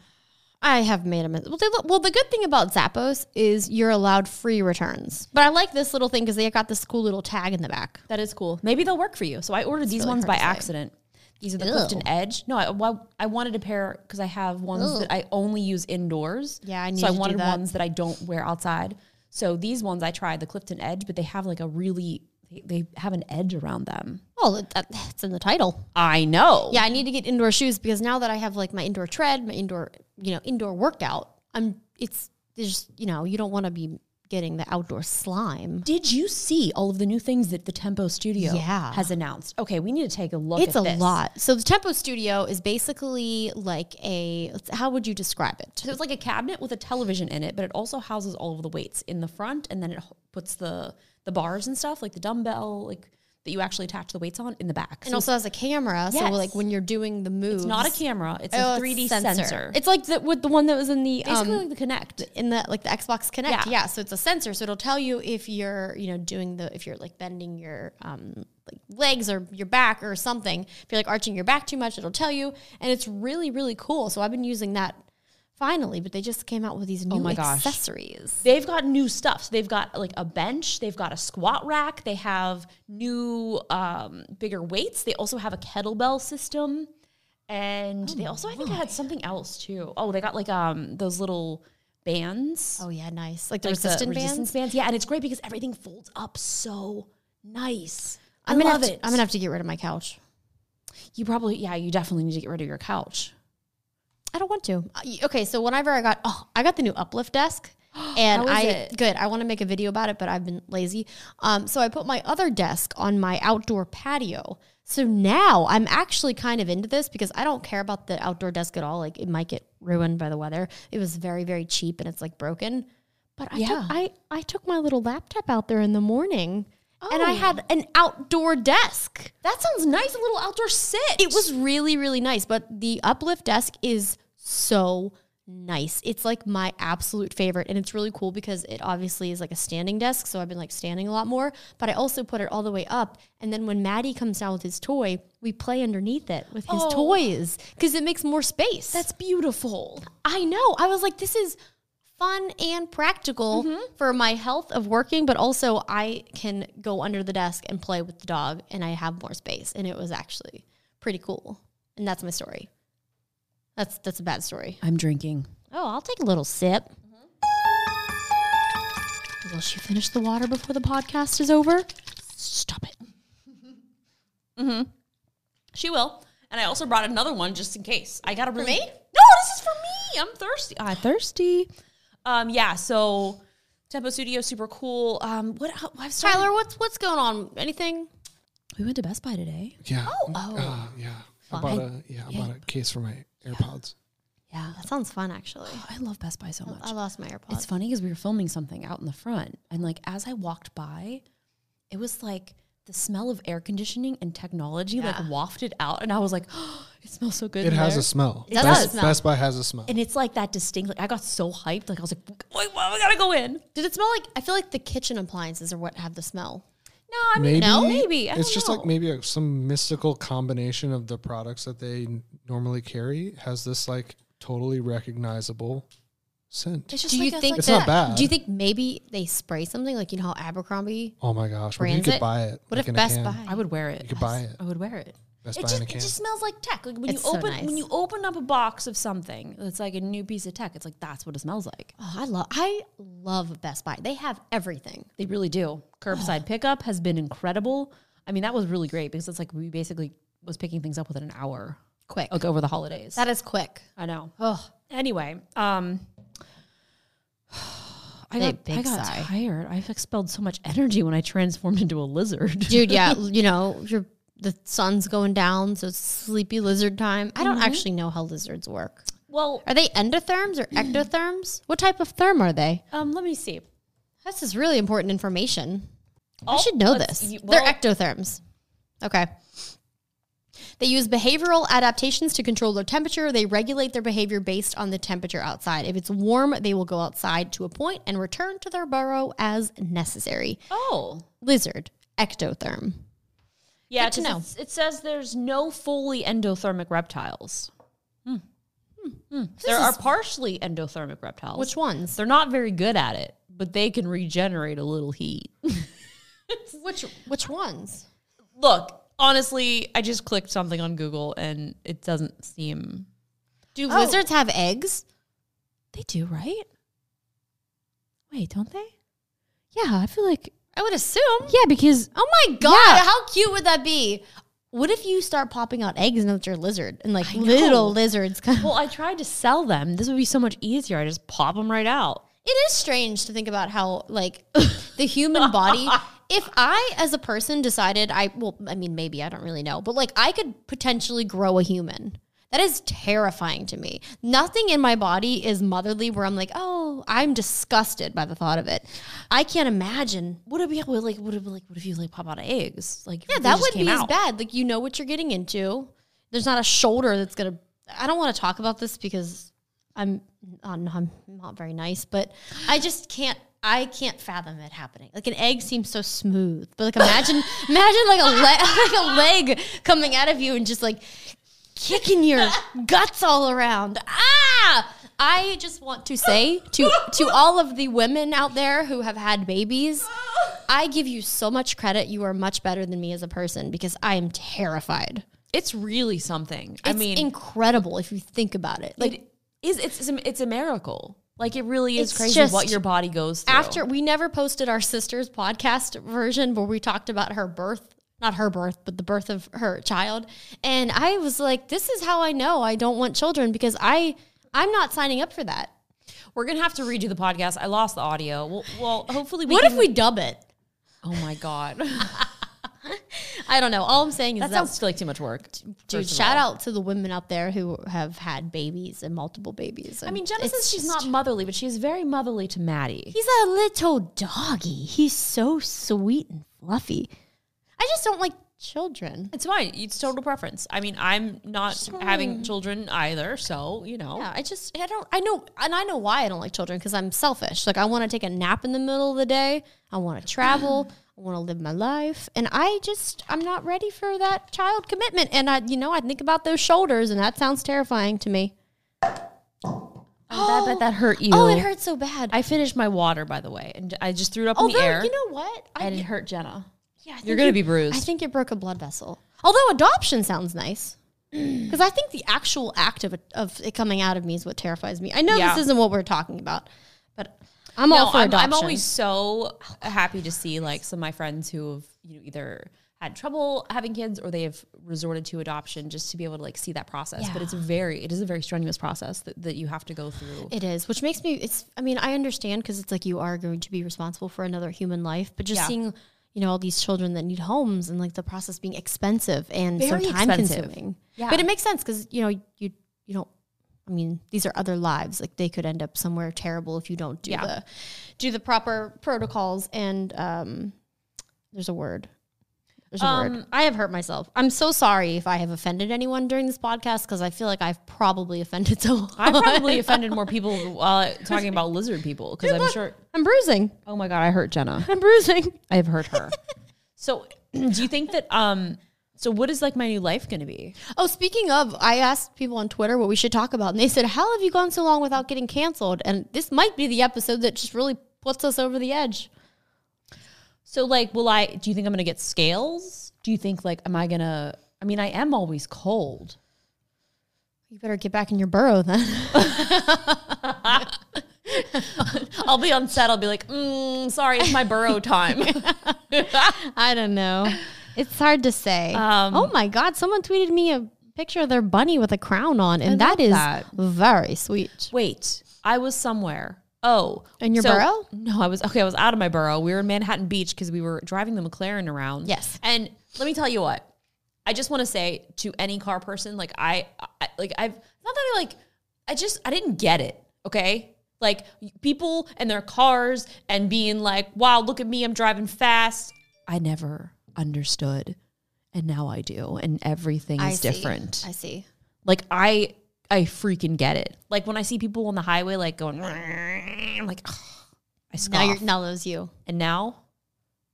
I have made a mis- well. They look, well, the good thing about Zappos is you're allowed free returns. But I like this little thing because they got this cool little tag in the back.
That is cool. Maybe they'll work for you. So I ordered these
really
ones by
hard to say.
accident. These are the Clifton Edge. No, I, well, I wanted a pair because I have ones that I only use indoors.
Yeah, I need
so I
to do
wanted
that.
ones that I don't wear outside. So these ones I tried the Clifton Edge, but they have like a really they, they have an edge around them.
Well, oh, it, that, it's in the title.
I know.
Yeah, I need to get indoor shoes because now that I have like my indoor tread, my indoor, you know, indoor workout, I'm it's there's you know, you don't want to be getting the outdoor slime.
Did you see all of the new things that the Tempo Studio
Yeah.
has announced? Okay, we need to take a look.
It's a
at this.
lot. So the Tempo Studio is basically like a how would you describe it?
So it's like a cabinet with a television in it, but it also houses all of the weights in the front, and then it h- puts the the bars and stuff like the dumbbell, like that you actually attach the weights on, in the back.
And also has a camera, so
Yes.
like when you're doing the moves,
it's not a camera; it's
Oh,
a
it's
three D sensor.
It's like the with the one that was in the
basically
um,
like the Connect.
in the like the Xbox Connect. Yeah.
Yeah.
So it's a sensor. So it'll tell you if you're, you know, doing the if you're like bending your um like legs or your back or something. If you're like arching your back too much, it'll tell you. And it's really, really cool. So I've been using that finally, but they just came out with these new
Oh my gosh.
accessories.
They've got new stuff. So they've got like a bench. They've got a squat rack. They have new um, bigger weights. They also have a kettlebell system, and they also I think I had something else too. Oh, they got like um those little bands.
Oh yeah, nice. Like the
like
resistant
the resistance
bands.
bands. Yeah, and it's great because everything folds up so nice. I
I'm gonna
love
have to,
it.
I'm gonna have to get rid of my couch.
you probably yeah, you definitely need to get rid of your couch.
I don't want to. Uh, y- Okay, so whenever I got oh, I got the new
<gasps>
uplift desk. And
How is
I
it?
good. I want to make a video about it, but I've been lazy. Um, so I put my other desk on my outdoor patio. So now I'm actually kind of into this because I don't care about the outdoor desk at all. Like it might get ruined by the weather. It was very very cheap and it's like broken. But I
Yeah.
took, I I took my little laptop out there in the morning, and I had an outdoor desk.
Oh. That sounds nice, a little outdoor sit.
It was really, really nice. But the uplift desk is so nice. It's like my absolute favorite. And it's really cool because it obviously is like a standing desk. So I've been like standing a lot more. But I also put it all the way up. And then when Maddie comes down with his toy, we play underneath it with his
Oh.
toys because it makes more space.
that's beautiful.
I know. I was like, this is fun and practical for my health of working, but also I can go under the desk and play with the dog and I have more space. And it was actually pretty cool. And that's my story. That's that's a bad story.
I'm drinking.
Oh, I'll take a little sip. Mm-hmm. Will she finish the water before the podcast is over? Stop it.
She will. And I also brought another one just in case. I got a really
me?
No, this is for me. I'm thirsty. I'm thirsty. Um, yeah. So Tempo Studio, super cool. Um, what I've started.
Tyler, what's what's going on? Anything?
We went to Best Buy today.
Yeah. Oh,
oh.
yeah. I bought a yeah, I bought a case for my AirPods.
Yeah, Oh, that sounds fun actually.
Oh, I love Best Buy so much.
I lost my AirPods.
It's funny because we were filming something out in the front, and like as I walked by, it was like the smell of air conditioning and technology like wafted out, and I was like, <gasps> it smells so good.
It
in
has
there."
a smell.
does
Best,
have a smell.
Best Buy has a smell.
and it's like that distinct. Like I got so hyped, like I was like, wait, well, we gotta go in.
Did it smell like? I feel like the kitchen appliances are what have the smell.
No, I mean, no, maybe I
it's
don't
just
know.
like maybe a, some mystical combination of the products that they n- normally carry has this like totally recognizable scent.
It's just
Do
like
you
a-
think
It's
that,
not bad.
Do you think maybe they spray something like you know how Abercrombie?
oh my gosh, what if you
brands
could
it?
buy it?
What
like
if
in a
Best
can?
Buy?
I would wear it.
You could buy it.
I would wear it.
Best
It
Buy
just,
in a
it
can.
just smells like tech. Like when
It's
you
so
open when
nice.
you open up a box of something that's like a new piece of tech, it's like that's what it smells like.
Oh, I love I love Best Buy. They have everything.
They really do. Curbside <sighs> pickup has been incredible. I mean, that was really great because it's like we basically was picking things up within an hour,
Quick.
like over the holidays.
That is quick.
I know.
Oh,
Anyway, um, <sighs> I
Big,
got,
big
I got
sigh.
tired. I've expelled so much energy when I transformed into a lizard. <laughs>
dude. Yeah, you know your the sun's going down, so it's sleepy lizard time. I don't
Mm-hmm.
actually know how lizards work.
well,
Are they endotherms or ectotherms? What type of therm are they?
um, let me see.
This is really important information.
Oh,
I should know
let's-
this.
you- well-
They're ectotherms. Okay. They use behavioral adaptations to control their temperature. They regulate their behavior based on the temperature outside. If it's warm, they will go outside to a point and return to their burrow as necessary.
Oh,
Lizard, ectotherm.
yeah.
Good to
'cause
know.
it's- It says there's no fully endothermic reptiles. There are partially endothermic reptiles.
Which ones?
They're not very good at it, but they can regenerate a little heat. <laughs>
Which which ones?
Look, honestly, I just clicked something on Google and it doesn't seem.
Do
Oh.
lizards have eggs?
They do, right? Wait, don't they? Yeah, I feel like.
I would assume.
Yeah, because.
Oh my god,
Yeah.
how cute would that be? What if you start popping out eggs and it's your lizard and like
I know.
little lizards come?
Well, I tried to sell them. This would be so much easier. I just pop them right out.
It is strange to think about how like <laughs> the human body. If I, as a person, decided I well, I mean, maybe I don't really know, but like I could potentially grow a human. That is terrifying to me. Nothing in my body is motherly where I'm like, oh, I'm disgusted by the thought of it. I can't imagine.
Would it be would, like? Would it be like? What if you like pop out eggs? Like
Yeah,
they
that
just
would
came
be as
out.
bad. Like you know what you're getting into. There's not a shoulder that's gonna. I don't want to talk about this because I'm uh, no, I'm not very nice, but I just can't. I can't fathom it happening. Like an egg seems so smooth, but
<laughs>
like imagine, imagine like a le- <laughs> like a leg coming out of you and just like kicking
<laughs>
your guts all around. Ah! I just want to say to to all of the women out there who have had babies, I give you so much credit. You are much better than me as a person because I am terrified.
It's really something. I
It's
mean,
incredible if you think about it. Like
it is it's it's a, it's a miracle. Like it really is
It's
crazy
just-
what your body goes through.
after we never posted our sister's podcast version where we talked about her birth not her birth but the birth of her child and i was like this is how i know i don't want children because i i'm not signing up for that
we're gonna have to redo the podcast. I lost the audio. Well, well hopefully we.
what
can,
if we dub it
Oh my
<laughs>
god, that,
i don't know all i'm saying is that,
sounds like too much work.
dude
first of
shout
all.
out to the women out there who have had babies and multiple babies
I mean, Jenna says
It's
she's
just-
not motherly, but she's very motherly to Maddie.
He's a little doggy. He's so sweet and fluffy. I just don't like children.
It's fine. It's total preference. I mean, I'm not having children either, so you know.
Yeah, I just I don't I know and I know why I don't like children because I'm selfish. Like I want to take a nap in the middle of the day. I want to
<sighs>
travel. I want to live my life, and I just I'm not ready for that child commitment. And I you know I think about those shoulders, and that sounds terrifying to me.
I bet that hurt you.
<gasps> Oh, it hurt so bad.
I finished my water, by the way, and I just threw it up in the
Although
air,
you know what, I,
and it hurt Jenna.
yeah, I think
You're gonna
you-
be bruised.
I think it broke a blood vessel. Although adoption sounds nice.
Mm.
Because I think the actual act of, of it coming out of me is what terrifies me. I know
Yeah.
this isn't what we're talking about, but I'm all
No,
for
I'm,
adoption.
I'm always so happy to see like some of my friends who have you know either had trouble having kids or they have resorted to adoption just to be able to like see that process. But it's very, it is a very strenuous process that, that you have to go through.
It is, which makes me. It's. I mean, I understand because it's like you are going to be responsible for another human life, but just
Yeah.
seeing, you know, all these children that need homes and like the process being expensive and
Very
so time
expensive.
consuming.
Yeah.
but it makes sense because you know you you don't. I mean, these are other lives. Like they could end up somewhere terrible if you don't do
Yeah.
the do the proper protocols and um. There's a word. There's a word. Um, I have hurt myself. I'm so sorry if I have offended anyone during this podcast because I feel like I've probably offended <laughs> someone.
I <laughs> probably offended more people while talking about lizard people because I'm sure.
I'm bruising. <laughs>
Oh my god, I hurt Jenna.
I'm bruising.
I have hurt her. <laughs> so, do you think that? Um, so what is like my new life going to be?
Oh, speaking of, I asked people on Twitter what we should talk about, and they said, How have you gone so long without getting canceled? And this might be the episode that just really puts us over the edge.
So, like, will I? Do you think I'm going to get scales? Do you think like, am I going to? I mean, I am always cold.
You better get back in your burrow then. <laughs>
I'll be on set. I'll be like, mm, sorry, it's my burrow <laughs> time.
I don't know. It's hard to say.
Um,
oh my God, someone tweeted me a picture of their bunny with a crown on, and
I love
that is
that.
very sweet.
Wait, I was somewhere. Oh,
In your burrow?
No, I was okay. I was out of my burrow. We were in Manhattan Beach because we were driving the McLaren around.
Yes.
and let me tell you what. I just want to say to any car person, like I, I like I've not that I like. I just I didn't get it. Okay. Like people and their cars and being like, wow, look at me, I'm driving fast. I never understood. And now I do. And everything is different.
I see.
Like I I freaking get it. Like when I see people on the highway like going I'm like "Ugh," I
Now,
scoff.
you're, now that was you.
and now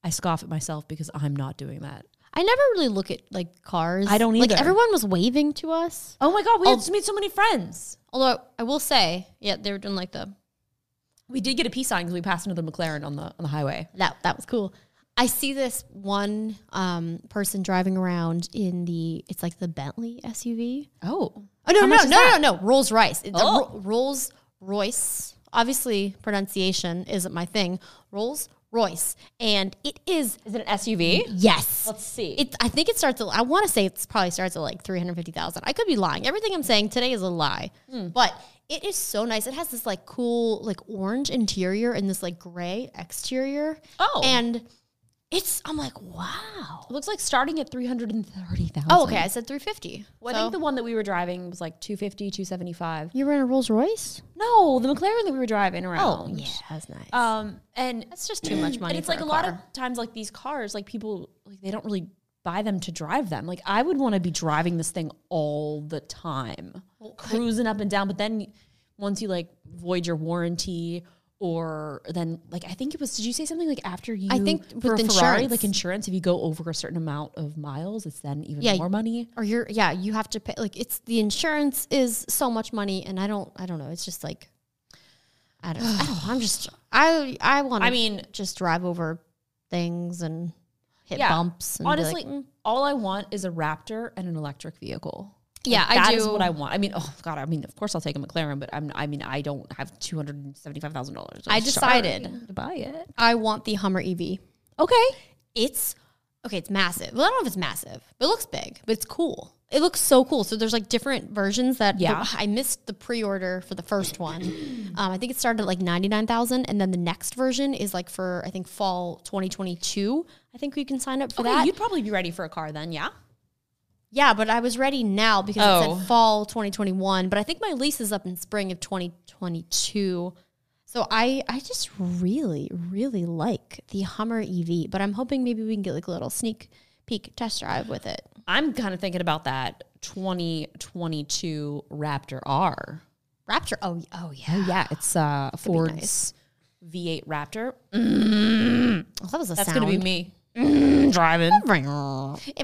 I scoff at myself because I'm not doing that.
I never really look at like cars.
I don't either.
Like everyone was waving to us.
Oh my god, we
Oh.
just made so many friends.
Although I will say, yeah, they were doing like the
We did get a peace sign because we passed another McLaren on the on the highway.
that that was cool. I see this one um, person driving around in the it's like the Bentley SUV.
Oh.
Oh no
How
no
much
no
is
no,
that?
no no Rolls Royce. It's a
Oh.
Ro- Rolls Royce. Obviously, pronunciation isn't my thing. Rolls Royce, and it is
Is it an SUV?
yes.
Let's see.
It, I think it starts at, I want to say it probably starts at like 350,000. I could be lying. Everything I'm saying today is a lie.
Hmm.
But it is so nice. It has this like cool, like orange interior and this like gray exterior.
Oh.
And it's, I'm like, wow.
looks like starting at 330,000.
Oh, okay. I said 350.
Well, I think the one that we were driving was like 250, 275.
you were in a Rolls Royce?
No, the McLaren that we were driving
Oh,
around.
yeah. That's nice.
Um and
That's just too much money.
And it's like a, lot of times, like these cars, like people, like they don't really buy them to drive them. Like I would want to be driving this thing all the time, cruising up and down. But then once you like void your warranty, or then like I think it was, did you say something like after you?
I think
for
with
a Ferrari,
insurance.
like insurance, if you go over a certain amount of miles, it's then even
Yeah,
more money.
or you're yeah you have to pay like it's the insurance is so much money and i don't i don't know it's just like i don't, I don't i'm just i i want to
I mean-
just drive over things and hit
Yeah.
bumps and be like,
Honestly,
mm.
all I want is a Raptor and an electric vehicle.
yeah
That is
i do
what I want. I mean, oh god, I mean, of course I'll take a McLaren, but I'm I mean, I don't have two hundred and seventy five thousand dollars.
I decided.
to buy it.
I want the hummer E ev
Okay.
it's okay it's massive well i don't know if it's massive but it looks big but it's cool it looks so cool so there's like different versions that
Yeah.
i missed the pre-order for the first one <clears throat> um, i think it started at like 99000 and then the next version is like for i think fall 2022 i think you can sign up for that
you'd probably be ready for a car then, yeah?
yeah but i was ready now because
Oh.
it said fall 2021 but i think my lease is up in spring of 2022 so I, I just really really like the hummer ev but i'm hoping maybe we can get like a little sneak peek test drive with it
I'm kind of thinking about that twenty twenty two Raptor R.
Rapture. Oh, y- oh yeah.
Yeah, it's uh Ford's
nice.
V eight Raptor.
Oh, that was a
Mm, That's
sound.
gonna be me. driving. <laughs>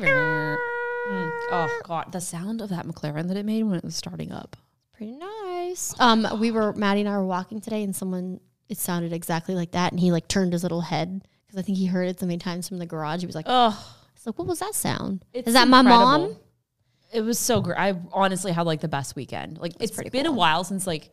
Mm. Oh god, the sound of that McLaren that it made when it was starting up.
Pretty nice. Um, we were Maddie and I were walking today, and someone it sounded exactly like that, and he like turned his little head because I think he heard it so many times from the garage. He was like,
Oh,
"It's like, what was that sound?
It's
Is that my mom?"
incredible. It was so great. I honestly had like the best weekend. Like it's
pretty
been a
cool.
while since like,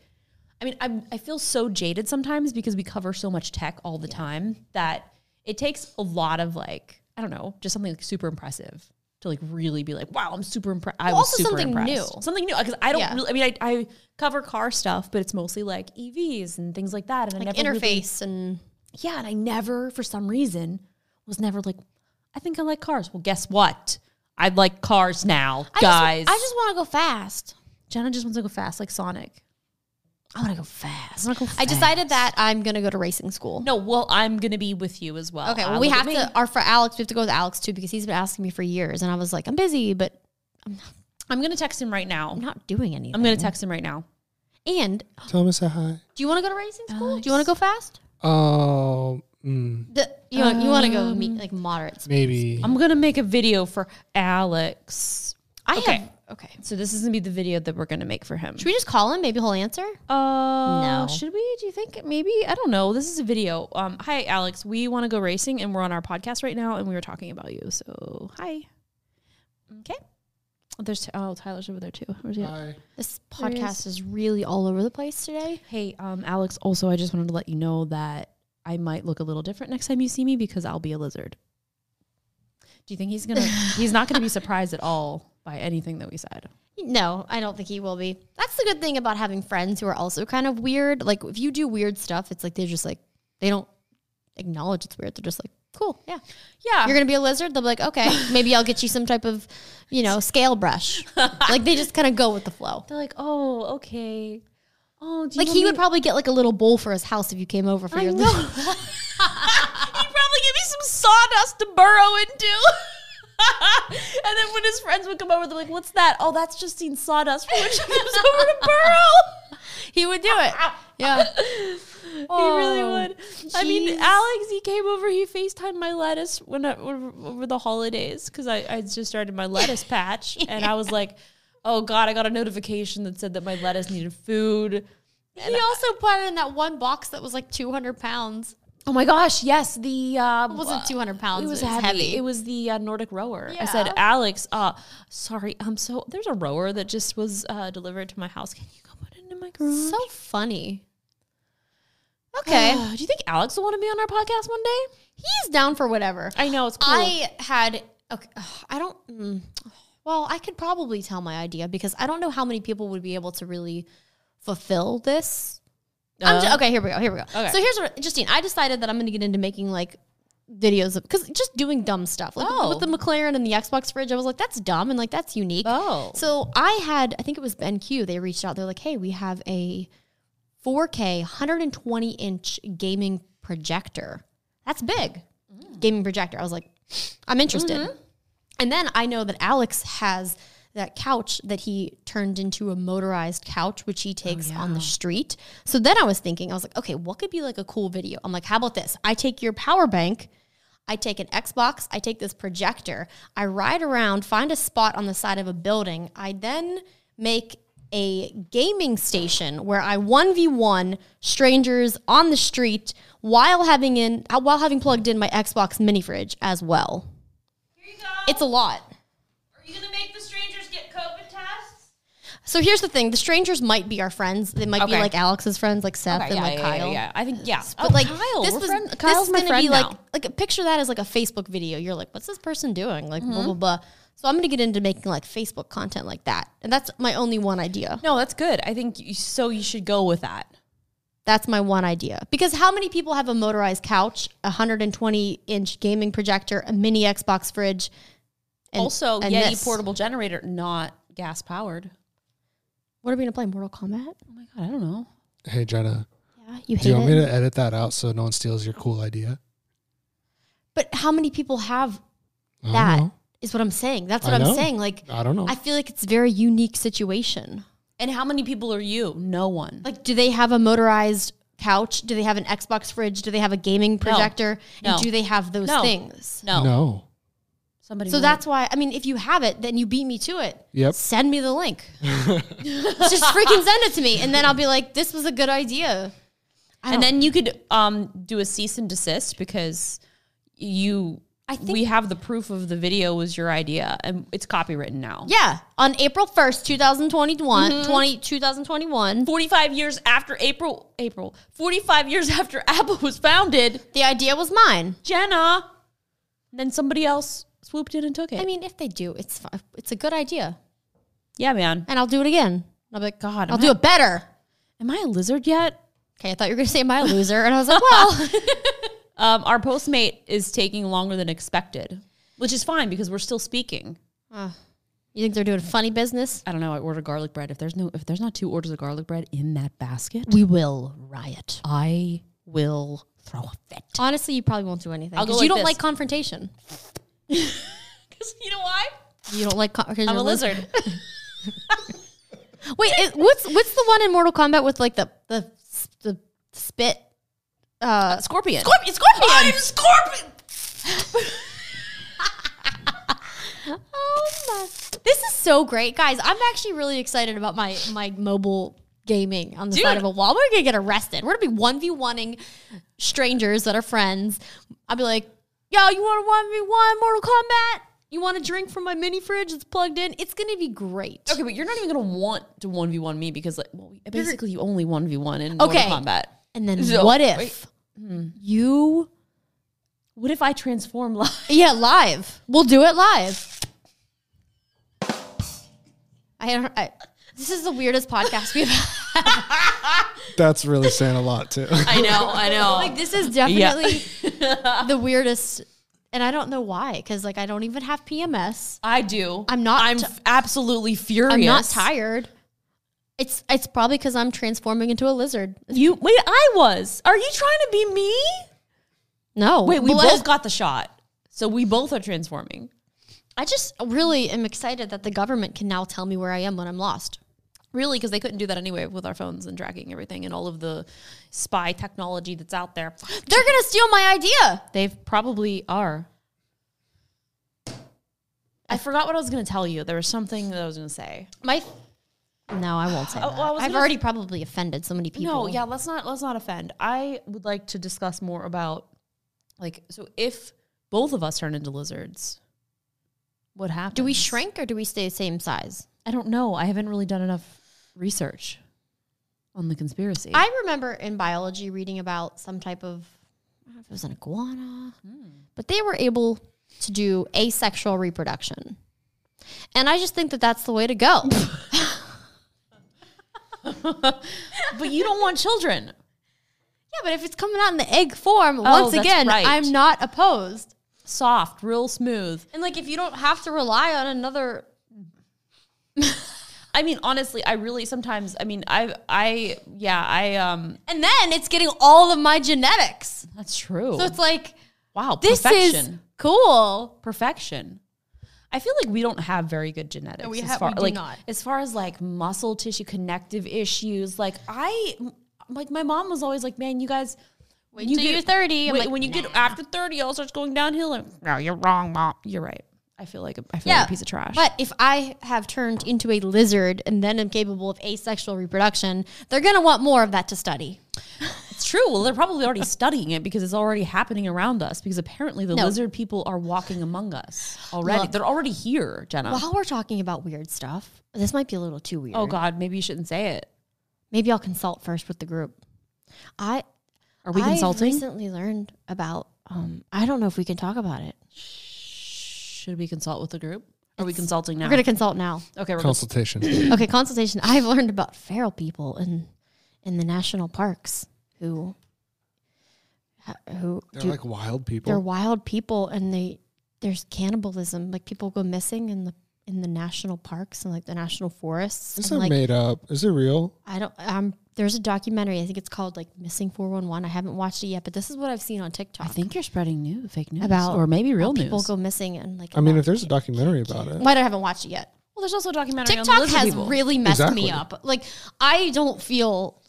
I mean, I'm, I feel so jaded sometimes because we cover so much tech all the time that it takes a lot of like I don't know, just something like super impressive to like really be like, wow, I'm super impressed. I
Well,
was
also
super
something
impressed.
new.
something new. Because I don't
Yeah.
really. I mean, I, I cover car stuff, but it's mostly like EVs and things like that. And I
like
never really-
interface and
yeah, and I never, for some reason, was never like, I think I like cars. Well, guess what? I like cars now,
I just-
guys.
I just, want to go fast.
Jenna just wants to go fast, like Sonic. I want to go fast. I want to go. Fast.
I decided that I'm gonna go to racing school.
No, well, I'm gonna be with you as well.
Okay,
Ah,
well, we
look at
have
me.
to. Our for Alex, we have to go with Alex too because he's been asking me for years, and I was like, I'm busy, but
I'm gonna text him right now.
I'm not doing anything.
I'm gonna text him right now.
And
Tell him to say hi.
do you want to go to racing school? Do you want to go fast?
Oh, mm,
The, you want you want to
Um,
go meet like moderate. speed.
maybe.
I'm gonna make a video for Alex.
I
okay.
have okay.
So this is gonna be the video that we're gonna make for him.
Should we just call him? Maybe he'll answer.
Uh,
No.
Should we? Do you think maybe? I don't know. This is a video. Um, hi, Alex. We want to go racing, and we're on our podcast right now, and we were talking about you. So hi. Okay. There's oh Tyler's over there too. Where's he? at?
Hi.
This
There he
podcast is really all over the place today.
Hey, um, Alex. Also, I just wanted to let you know that I might look a little different next time you see me because I'll be a lizard. Do you think he's <laughs> gonna? he's not gonna be surprised at all by anything that we said.
No, I don't think he will be. That's the good thing about having friends who are also kind of weird. Like if you do weird stuff, it's like they're just like they don't acknowledge it's weird. They're just like, cool, yeah.
Yeah.
You're gonna be a lizard. They'll be like, okay, maybe I'll get you some type of, you know, scale <laughs> brush. like they just kind of go with the flow.
They're like, oh, okay. Oh, do you
Like
want
he
me-
would probably get like a little bowl for his house if you came over for
I
your.
know. He'd probably give me some sawdust to burrow into. <laughs> and then when his friends would come over, they're like, "What's that? Oh, that's Justine sawdust from when she comes over to burrow."
<laughs>
<laughs>
he would do it. <laughs> Yeah. Oh,
he really would. I mean,
jeez.
Alex, he came over. He Facetimed my lettuce when I, over over the holidays because I, I just started my
<laughs>
lettuce patch, and I was like, "Oh God, I got a notification that said that my lettuce needed food."
he also put it in that one box that was like 200 pounds.
Oh my gosh, yes, the uh,
It wasn't 200 pounds.
It was, heavy. It was the uh, Nordic rower. I said,
Yeah.
Alex, uh, sorry, I'm so there's a rower that just was uh, delivered to my house. Can you go put it in my garage?
so funny. Okay.
<gasps> Do you think Alex will want to be on our podcast one day?
He's down for whatever.
I know it's cool.
I had okay. ugh, I don't. mm, Well, I could probably tell my idea because I don't know how many people would be able to really fulfill this. I'm ju-
Uh,
Uh-huh. okay, here we go. Here we go.
Okay.
So here's what Justine. I decided that I'm going to get into making like videos of because just doing dumb stuff like
Oh.
with the McLaren and the Xbox fridge. I was like, that's dumb and like that's unique.
Oh.
so I had I think it was BenQ. They reached out. They're like, hey, we have a 4K 120 inch gaming projector. That's big. Gaming projector. I was like, I'm interested. And then I know that Alex has that couch that he turned into a motorized couch, which he takes on the street. So then I was thinking, I was like, okay, what could be like a cool video? I'm like, how about this? I take your power bank. I take an Xbox, I take this projector, I ride around, find a spot on the side of a building. I then make a gaming station where I 1v1 strangers on the street while having in while having plugged in my Xbox mini fridge as well. It's a lot.
Are you gonna make the strangers get COVID tests?
So here's the thing, the strangers might be our friends. They might be
Okay.
like Alex's friends like Seth and
yeah,
like
yeah, yeah,
Kyle.
yeah. I think yeah.
But like
Oh, Kyle,
this
we're
was
friend-
this
Kyle's
is
my
gonna
friend
be like
now.
like picture that as like a Facebook video. You're like, what's this person doing? Like
Mm-hmm.
blah blah blah. So I'm gonna get into making like Facebook content like that, and that's my only one idea.
No, that's good. I think you, so. You should go with that.
That's my one idea because how many people have a motorized couch, a 120 inch gaming projector, a mini Xbox fridge, and
also,
and
Yeti
this?
portable generator, not gas powered.
What are we gonna play? Mortal Kombat?
Oh my god, I don't know.
Hey, Jenna.
Yeah, you hate
Do you want
it.
me to edit that out so no one steals your cool idea?
but how many people have
I don't
that?
know.
Is what I'm saying. That's
I
what I'm
know.
saying. Like
I don't know.
I feel like it's a very unique situation.
And how many people are you? No one.
Like, do they have a motorized couch? Do they have an Xbox fridge? Do they have a gaming projector?
No.
And do they have those
No.
things?
no.
No.
Somebody.
So
might.
that's why, I mean, if you have it, then you beat me to it.
Yep.
Send me the link. Just freaking send it to me. And then I'll be like, this was a good idea.
and then you could um, do a cease and desist because you I think we have the proof of the video was your idea and it's copywritten now.
Yeah. On April 1st, 2021,
Mm-hmm.
20, 2021,
45 years after April April <laughs> 45 years after Apple was founded,
the idea was mine.
Jenna then somebody else swooped in and took it.
I mean, if they do, it's fi- it's a good idea,
yeah, man.
and I'll do it again.
I'll be like, God,
I'll
am,
do it better.
am I a lizard yet?
Okay, I thought you were gonna say my loser, and I was like,
<laughs>
well,
Um, our postmate is taking longer than expected, which is fine because we're still speaking.
you think they're doing funny business?
I don't know. I ordered garlic bread. If there's no, if there's not two orders of garlic bread in that basket,
We will riot.
I will throw a <laughs> fit.
Honestly, you probably won't do anything
I'll go
because
like
you don't
this.
like confrontation.
you know why?
You don't like because
I'm a lizard.
Wait, it, what's what's the one in Mortal Kombat with like the the s- the spit? Uh,
Scorpion.
Scorp- scorpion.
I'm scorpion.
oh my! This is so great, guys. I'm actually really excited about my my mobile gaming on the side
Dude.
of a wall. We're gonna get arrested. We're gonna be one v oneing strangers that are friends. I'll be like, "Yo, you want to one v one Mortal Kombat? You want a drink from my mini fridge? It's plugged in. It's gonna be great."
Okay, but you're not even gonna want to one v one me because like, well, basically you only one v one in
Okay.
Mortal Kombat.
And then
So-
what if
wait. Hmm.
you?
What if I transform live?
Yeah, live. We'll do it live. I, don't- I this is the weirdest podcast
<laughs>
we've had.
That's really saying a lot <laughs> too.
I know, I know. <laughs>
Like this is definitely the weirdest and I don't know why cuz like I don't even have PMS.
I do.
I'm not
I'm
t-
f- absolutely furious.
I'm not tired. It's it's probably cuz I'm transforming into a lizard.
You wait. I was. Are you trying to be me?
No.
Wait, we
Well,
both got the shot, so we both are transforming.
I just really am excited that the government can now tell me where I am when I'm lost.
Really, because they couldn't do that anyway with our phones and tracking everything and all of the spy technology that's out there.
They're going to steal my idea.
They probably are. I forgot what I was going to tell you. There was something that I was going to say.
My No, Oh, I won't say that.
well, I was
I've
gonna
already probably offended so many people.
No, yeah, let's not let's not offend. I would like to discuss more about like so if both of us turn into lizards, what happens?
Do we shrink or do we stay the same size?
I don't know. I haven't really done enough research on the conspiracy.
I remember in biology reading about some type of, I don't know if it was an iguana, but they were able to do asexual reproduction. And I just think that that's the way to <laughs> go.
but you don't want children.
yeah, but if it's coming out in the egg form, once
that's
again,
right.
I'm not opposed.
Soft, real smooth.
And like, if you don't have to rely on another,
I mean, honestly, I really sometimes I mean, I I yeah, I um
and then it's getting all of my genetics.
that's true.
So it's like,
wow,
this
perfection.
is cool.
perfection. I feel like we don't have very good genetics.
we
as
have-
far,
we do
like,
not.
As far as like muscle tissue connective issues, like I, like my mom was always like, "Man, you guys, when
till you're 30." I'm
when,
like,
when you get after thirty, all starts going downhill." And, no, you're wrong, mom. You're right. I feel like a, I feel like a piece of trash.
But if I have turned into a lizard and then am capable of asexual reproduction, they're going to want more of that to study.
it's true. Well, they're probably already studying it because it's already happening around us. Because apparently the
No.
lizard people are walking among us already.
Look.
they're already here, Jenna.
While we're talking about weird stuff, this might be a little too weird.
Oh God, maybe you shouldn't say it.
Maybe I'll consult first with the group. I
Are we
I've
consulting?
recently learned about um I don't know if we can talk about it.
Should we consult with the group? Are we consulting now?
We're going to consult <clears throat> now.
okay, we're gonna,
Consultation.
okay, consultation. I've learned about feral people in in the national parks who who
They're
do-
like wild
they're
people.
wild people and they there's cannibalism like people go missing in the in the national parks and like the national forests
This is
and, like
made up. Is it real?
i don't um there's a documentary i think it's called like missing 411 i haven't watched it yet but this is what i've seen on tiktok
I think you're spreading new fake news
about
or maybe
how
real news.
people go missing and like
I mean,
about-
if there's a documentary about it,
Well, i haven't watched it yet
well, there's also a documentary on the
tiktok
lizard
has
people.
really messed me
Exactly.
up like i don't feel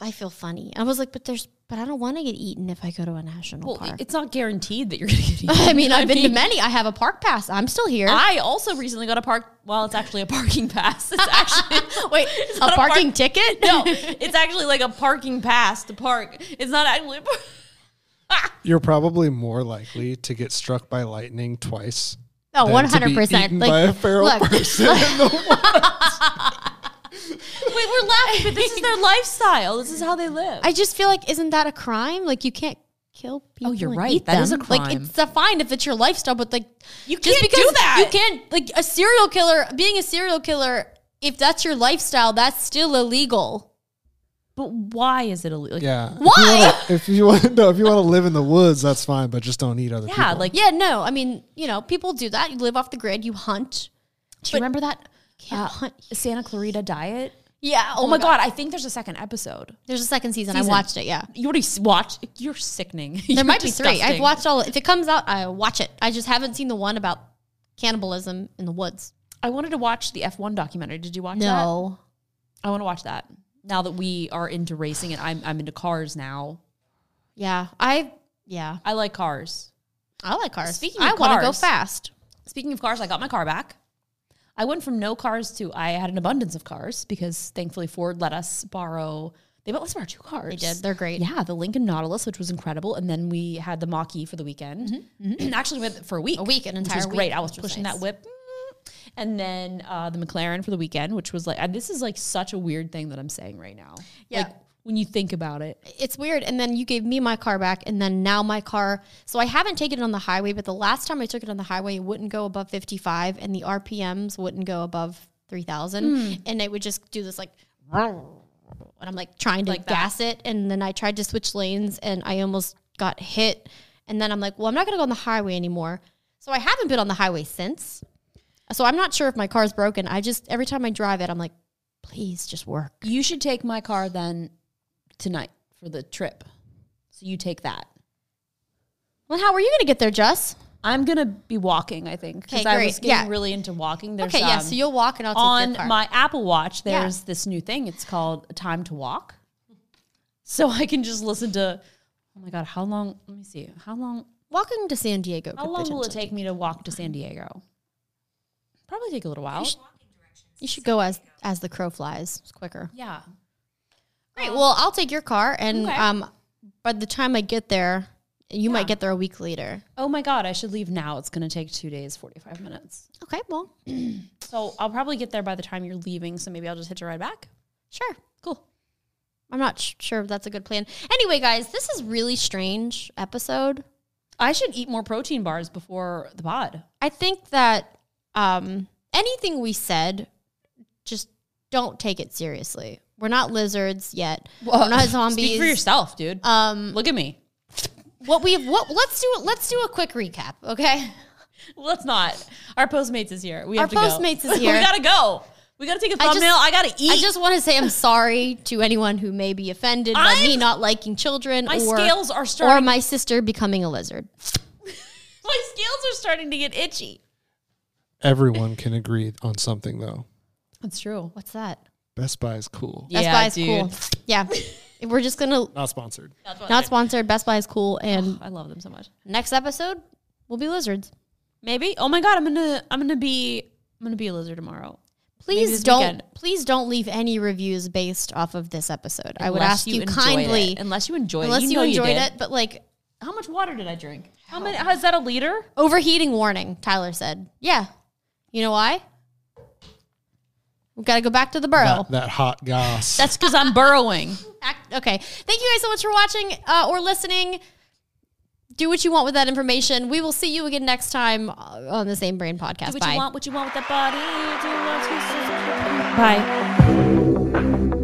i feel funny i was like but there's but i don't want to get eaten if i go to a national
Well,
park
it's not guaranteed that you're going to <laughs> get eaten.
<laughs> i mean i've been to many i have a park pass i'm still here
I also recently got a park. Well, it's actually a parking pass. <laughs> It's actually wait, it's
a
not park-
parking ticket <laughs>
no, it's actually like a parking pass to park. It's not actually. a par-
you're probably more likely to get struck by lightning twice.
Oh,
than
one
to be
hundred percent.
eaten
Like,
by a feral
look,
person. in the wild.
Wait, we're <laughs> laughing, but this is their lifestyle. This is how they live.
I just feel like isn't that a crime? Like, you can't kill people.
Oh, you're
and
right.
Eat
That
them.
is a
Like
crime.
it's a fine if it's your lifestyle, but like
You
just
can't do
because
that.
You can't like a serial killer. Being a serial killer, if that's your lifestyle, that's still illegal.
But why is it illegal? Like,
Yeah.
Why?
<laughs> If you want to, no, if you want to live in the woods, that's fine, but just don't eat other
Yeah,
people.
like
Yeah, no. I mean, you know, people do that. You live off the grid. You hunt.
do you remember that
Can't
uh,
hunt.
Santa Clarita Diet?
Yeah.
Oh, my god. I think there's a second episode.
There's a second season. I
Season.
watched it. Yeah.
You already s- watched? You're sickening. <laughs>
There might be three. I've watched all. If it comes out, I watch it. I just haven't seen the one about cannibalism in the woods.
I wanted to watch the F1 documentary. Did you watch that?
No.
I want to watch that. Now that we are into racing and I'm I'm into cars now.
Yeah. I. Yeah.
I like cars.
I like cars.
Speaking
I
of
wanna go
cars-
fast.
Speaking of cars, I got my car back. I went from no cars to I had an abundance of cars because thankfully Ford let us borrow. They let us borrow two cars.
They did. They're great.
Yeah, the Lincoln Nautilus, which was incredible, and then we had the Mach E for the weekend. <clears throat> Actually, went for a week.
Mm-hmm. A week, an
which was
entire week,
great. I was
which was
pushing
nice.
that whip, and then uh, the McLaren for the weekend, which was like and this is like such a weird thing that I'm saying right now.
Yeah.
Like when you think about it,
It's weird. And then you gave me my car back, and then now my car. So I haven't taken it on the highway, but the last time I took it on the highway, it wouldn't go above 55, and the RPMs wouldn't go above 3,000.
Hmm.
And it would just do this like, and I'm like trying to
Like that.
gas it. And then I tried to switch lanes, and I almost got hit. And then I'm like, well, I'm not going to go on the highway anymore. So I haven't been on the highway since. So I'm not sure if my car's broken. I just, every time I drive it, I'm like, please just work.
you should take my car then tonight for the trip. So you take that.
Well, how were you going to get there, Jess?
I'm gonna be walking. I think because
Okay,
I
great.
was getting
Yeah.
really into walking. There's,
Okay, yeah.
um,
So you'll walk, and I'll take
on
your car.
my Apple Watch.
Yeah.
There's this new thing. It's called Time to Walk. So I can just listen to. Oh my god! How long? Let me see. How long?
walking to San Diego.
How
could
long will it
potentially-
take me to walk to San Diego? Probably take a little while.
You should go as as the crow flies. It's quicker. Um,
Yeah.
Great. Well, I'll take your car, and
Okay.
um, by the time I get there, you might get there a week later.
Oh my god! I should leave now. It's gonna take two days, forty-five minutes.
Okay. Well,
So I'll probably get there by the time you're leaving. So maybe I'll just hitch a ride back.
sure.
Cool.
I'm not sh- sure if that's a good plan. Anyway, guys, this is really strange episode.
I should eat more protein bars before the pod.
I think that um, anything we said, just don't take it seriously. We're not lizards yet. We're <laughs> not zombies.
Speak for yourself, dude.
Um,
Look at me.
what we have what let's do let's do a quick recap okay
Let's not. Our Postmates is here. We
Our
have to go.
Postmates is
<laughs>
here.
we gotta go. We gotta take a
I just-
thumbnail. I, gotta eat.
i just want to say i'm sorry to anyone who may be offended by me
I'm-
not liking children
my
or
scales are
or
starting. <laughs> My-,
my sister becoming a lizard
scales are starting to get itchy.
Everyone can agree on something though.
That's true.
what's that
Best Buy is cool.
Yeah,
best buy is
dude.
cool
<laughs>
yeah we're just gonna
Not sponsored.
not sponsored best buy is cool and
I love them so much.
next episode we'll be lizards
Maybe. Oh my god, I'm gonna I'm gonna be I'm gonna be a lizard tomorrow.
please
this
don't
weekend.
please don't leave any reviews based off of this episode i would
Unless
ask you,
enjoyed
kindly
it. unless you enjoyed
unless
it.
you,
know
enjoyed
did.
it but like
How much water did I drink? How many? How, is that a liter?
Overheating warning, Tyler said. Yeah. You know why? We've got to go back to the burrow.
That, that hot goss.
That's because I'm burrowing. <laughs>
Act- Okay. Thank you guys so much for watching uh, or listening. Do what you want with that information. We will see you again next time uh, on the Same Brain Podcast.
Do what
Bye.
you want. What you want with that body. Do what you want. Bye.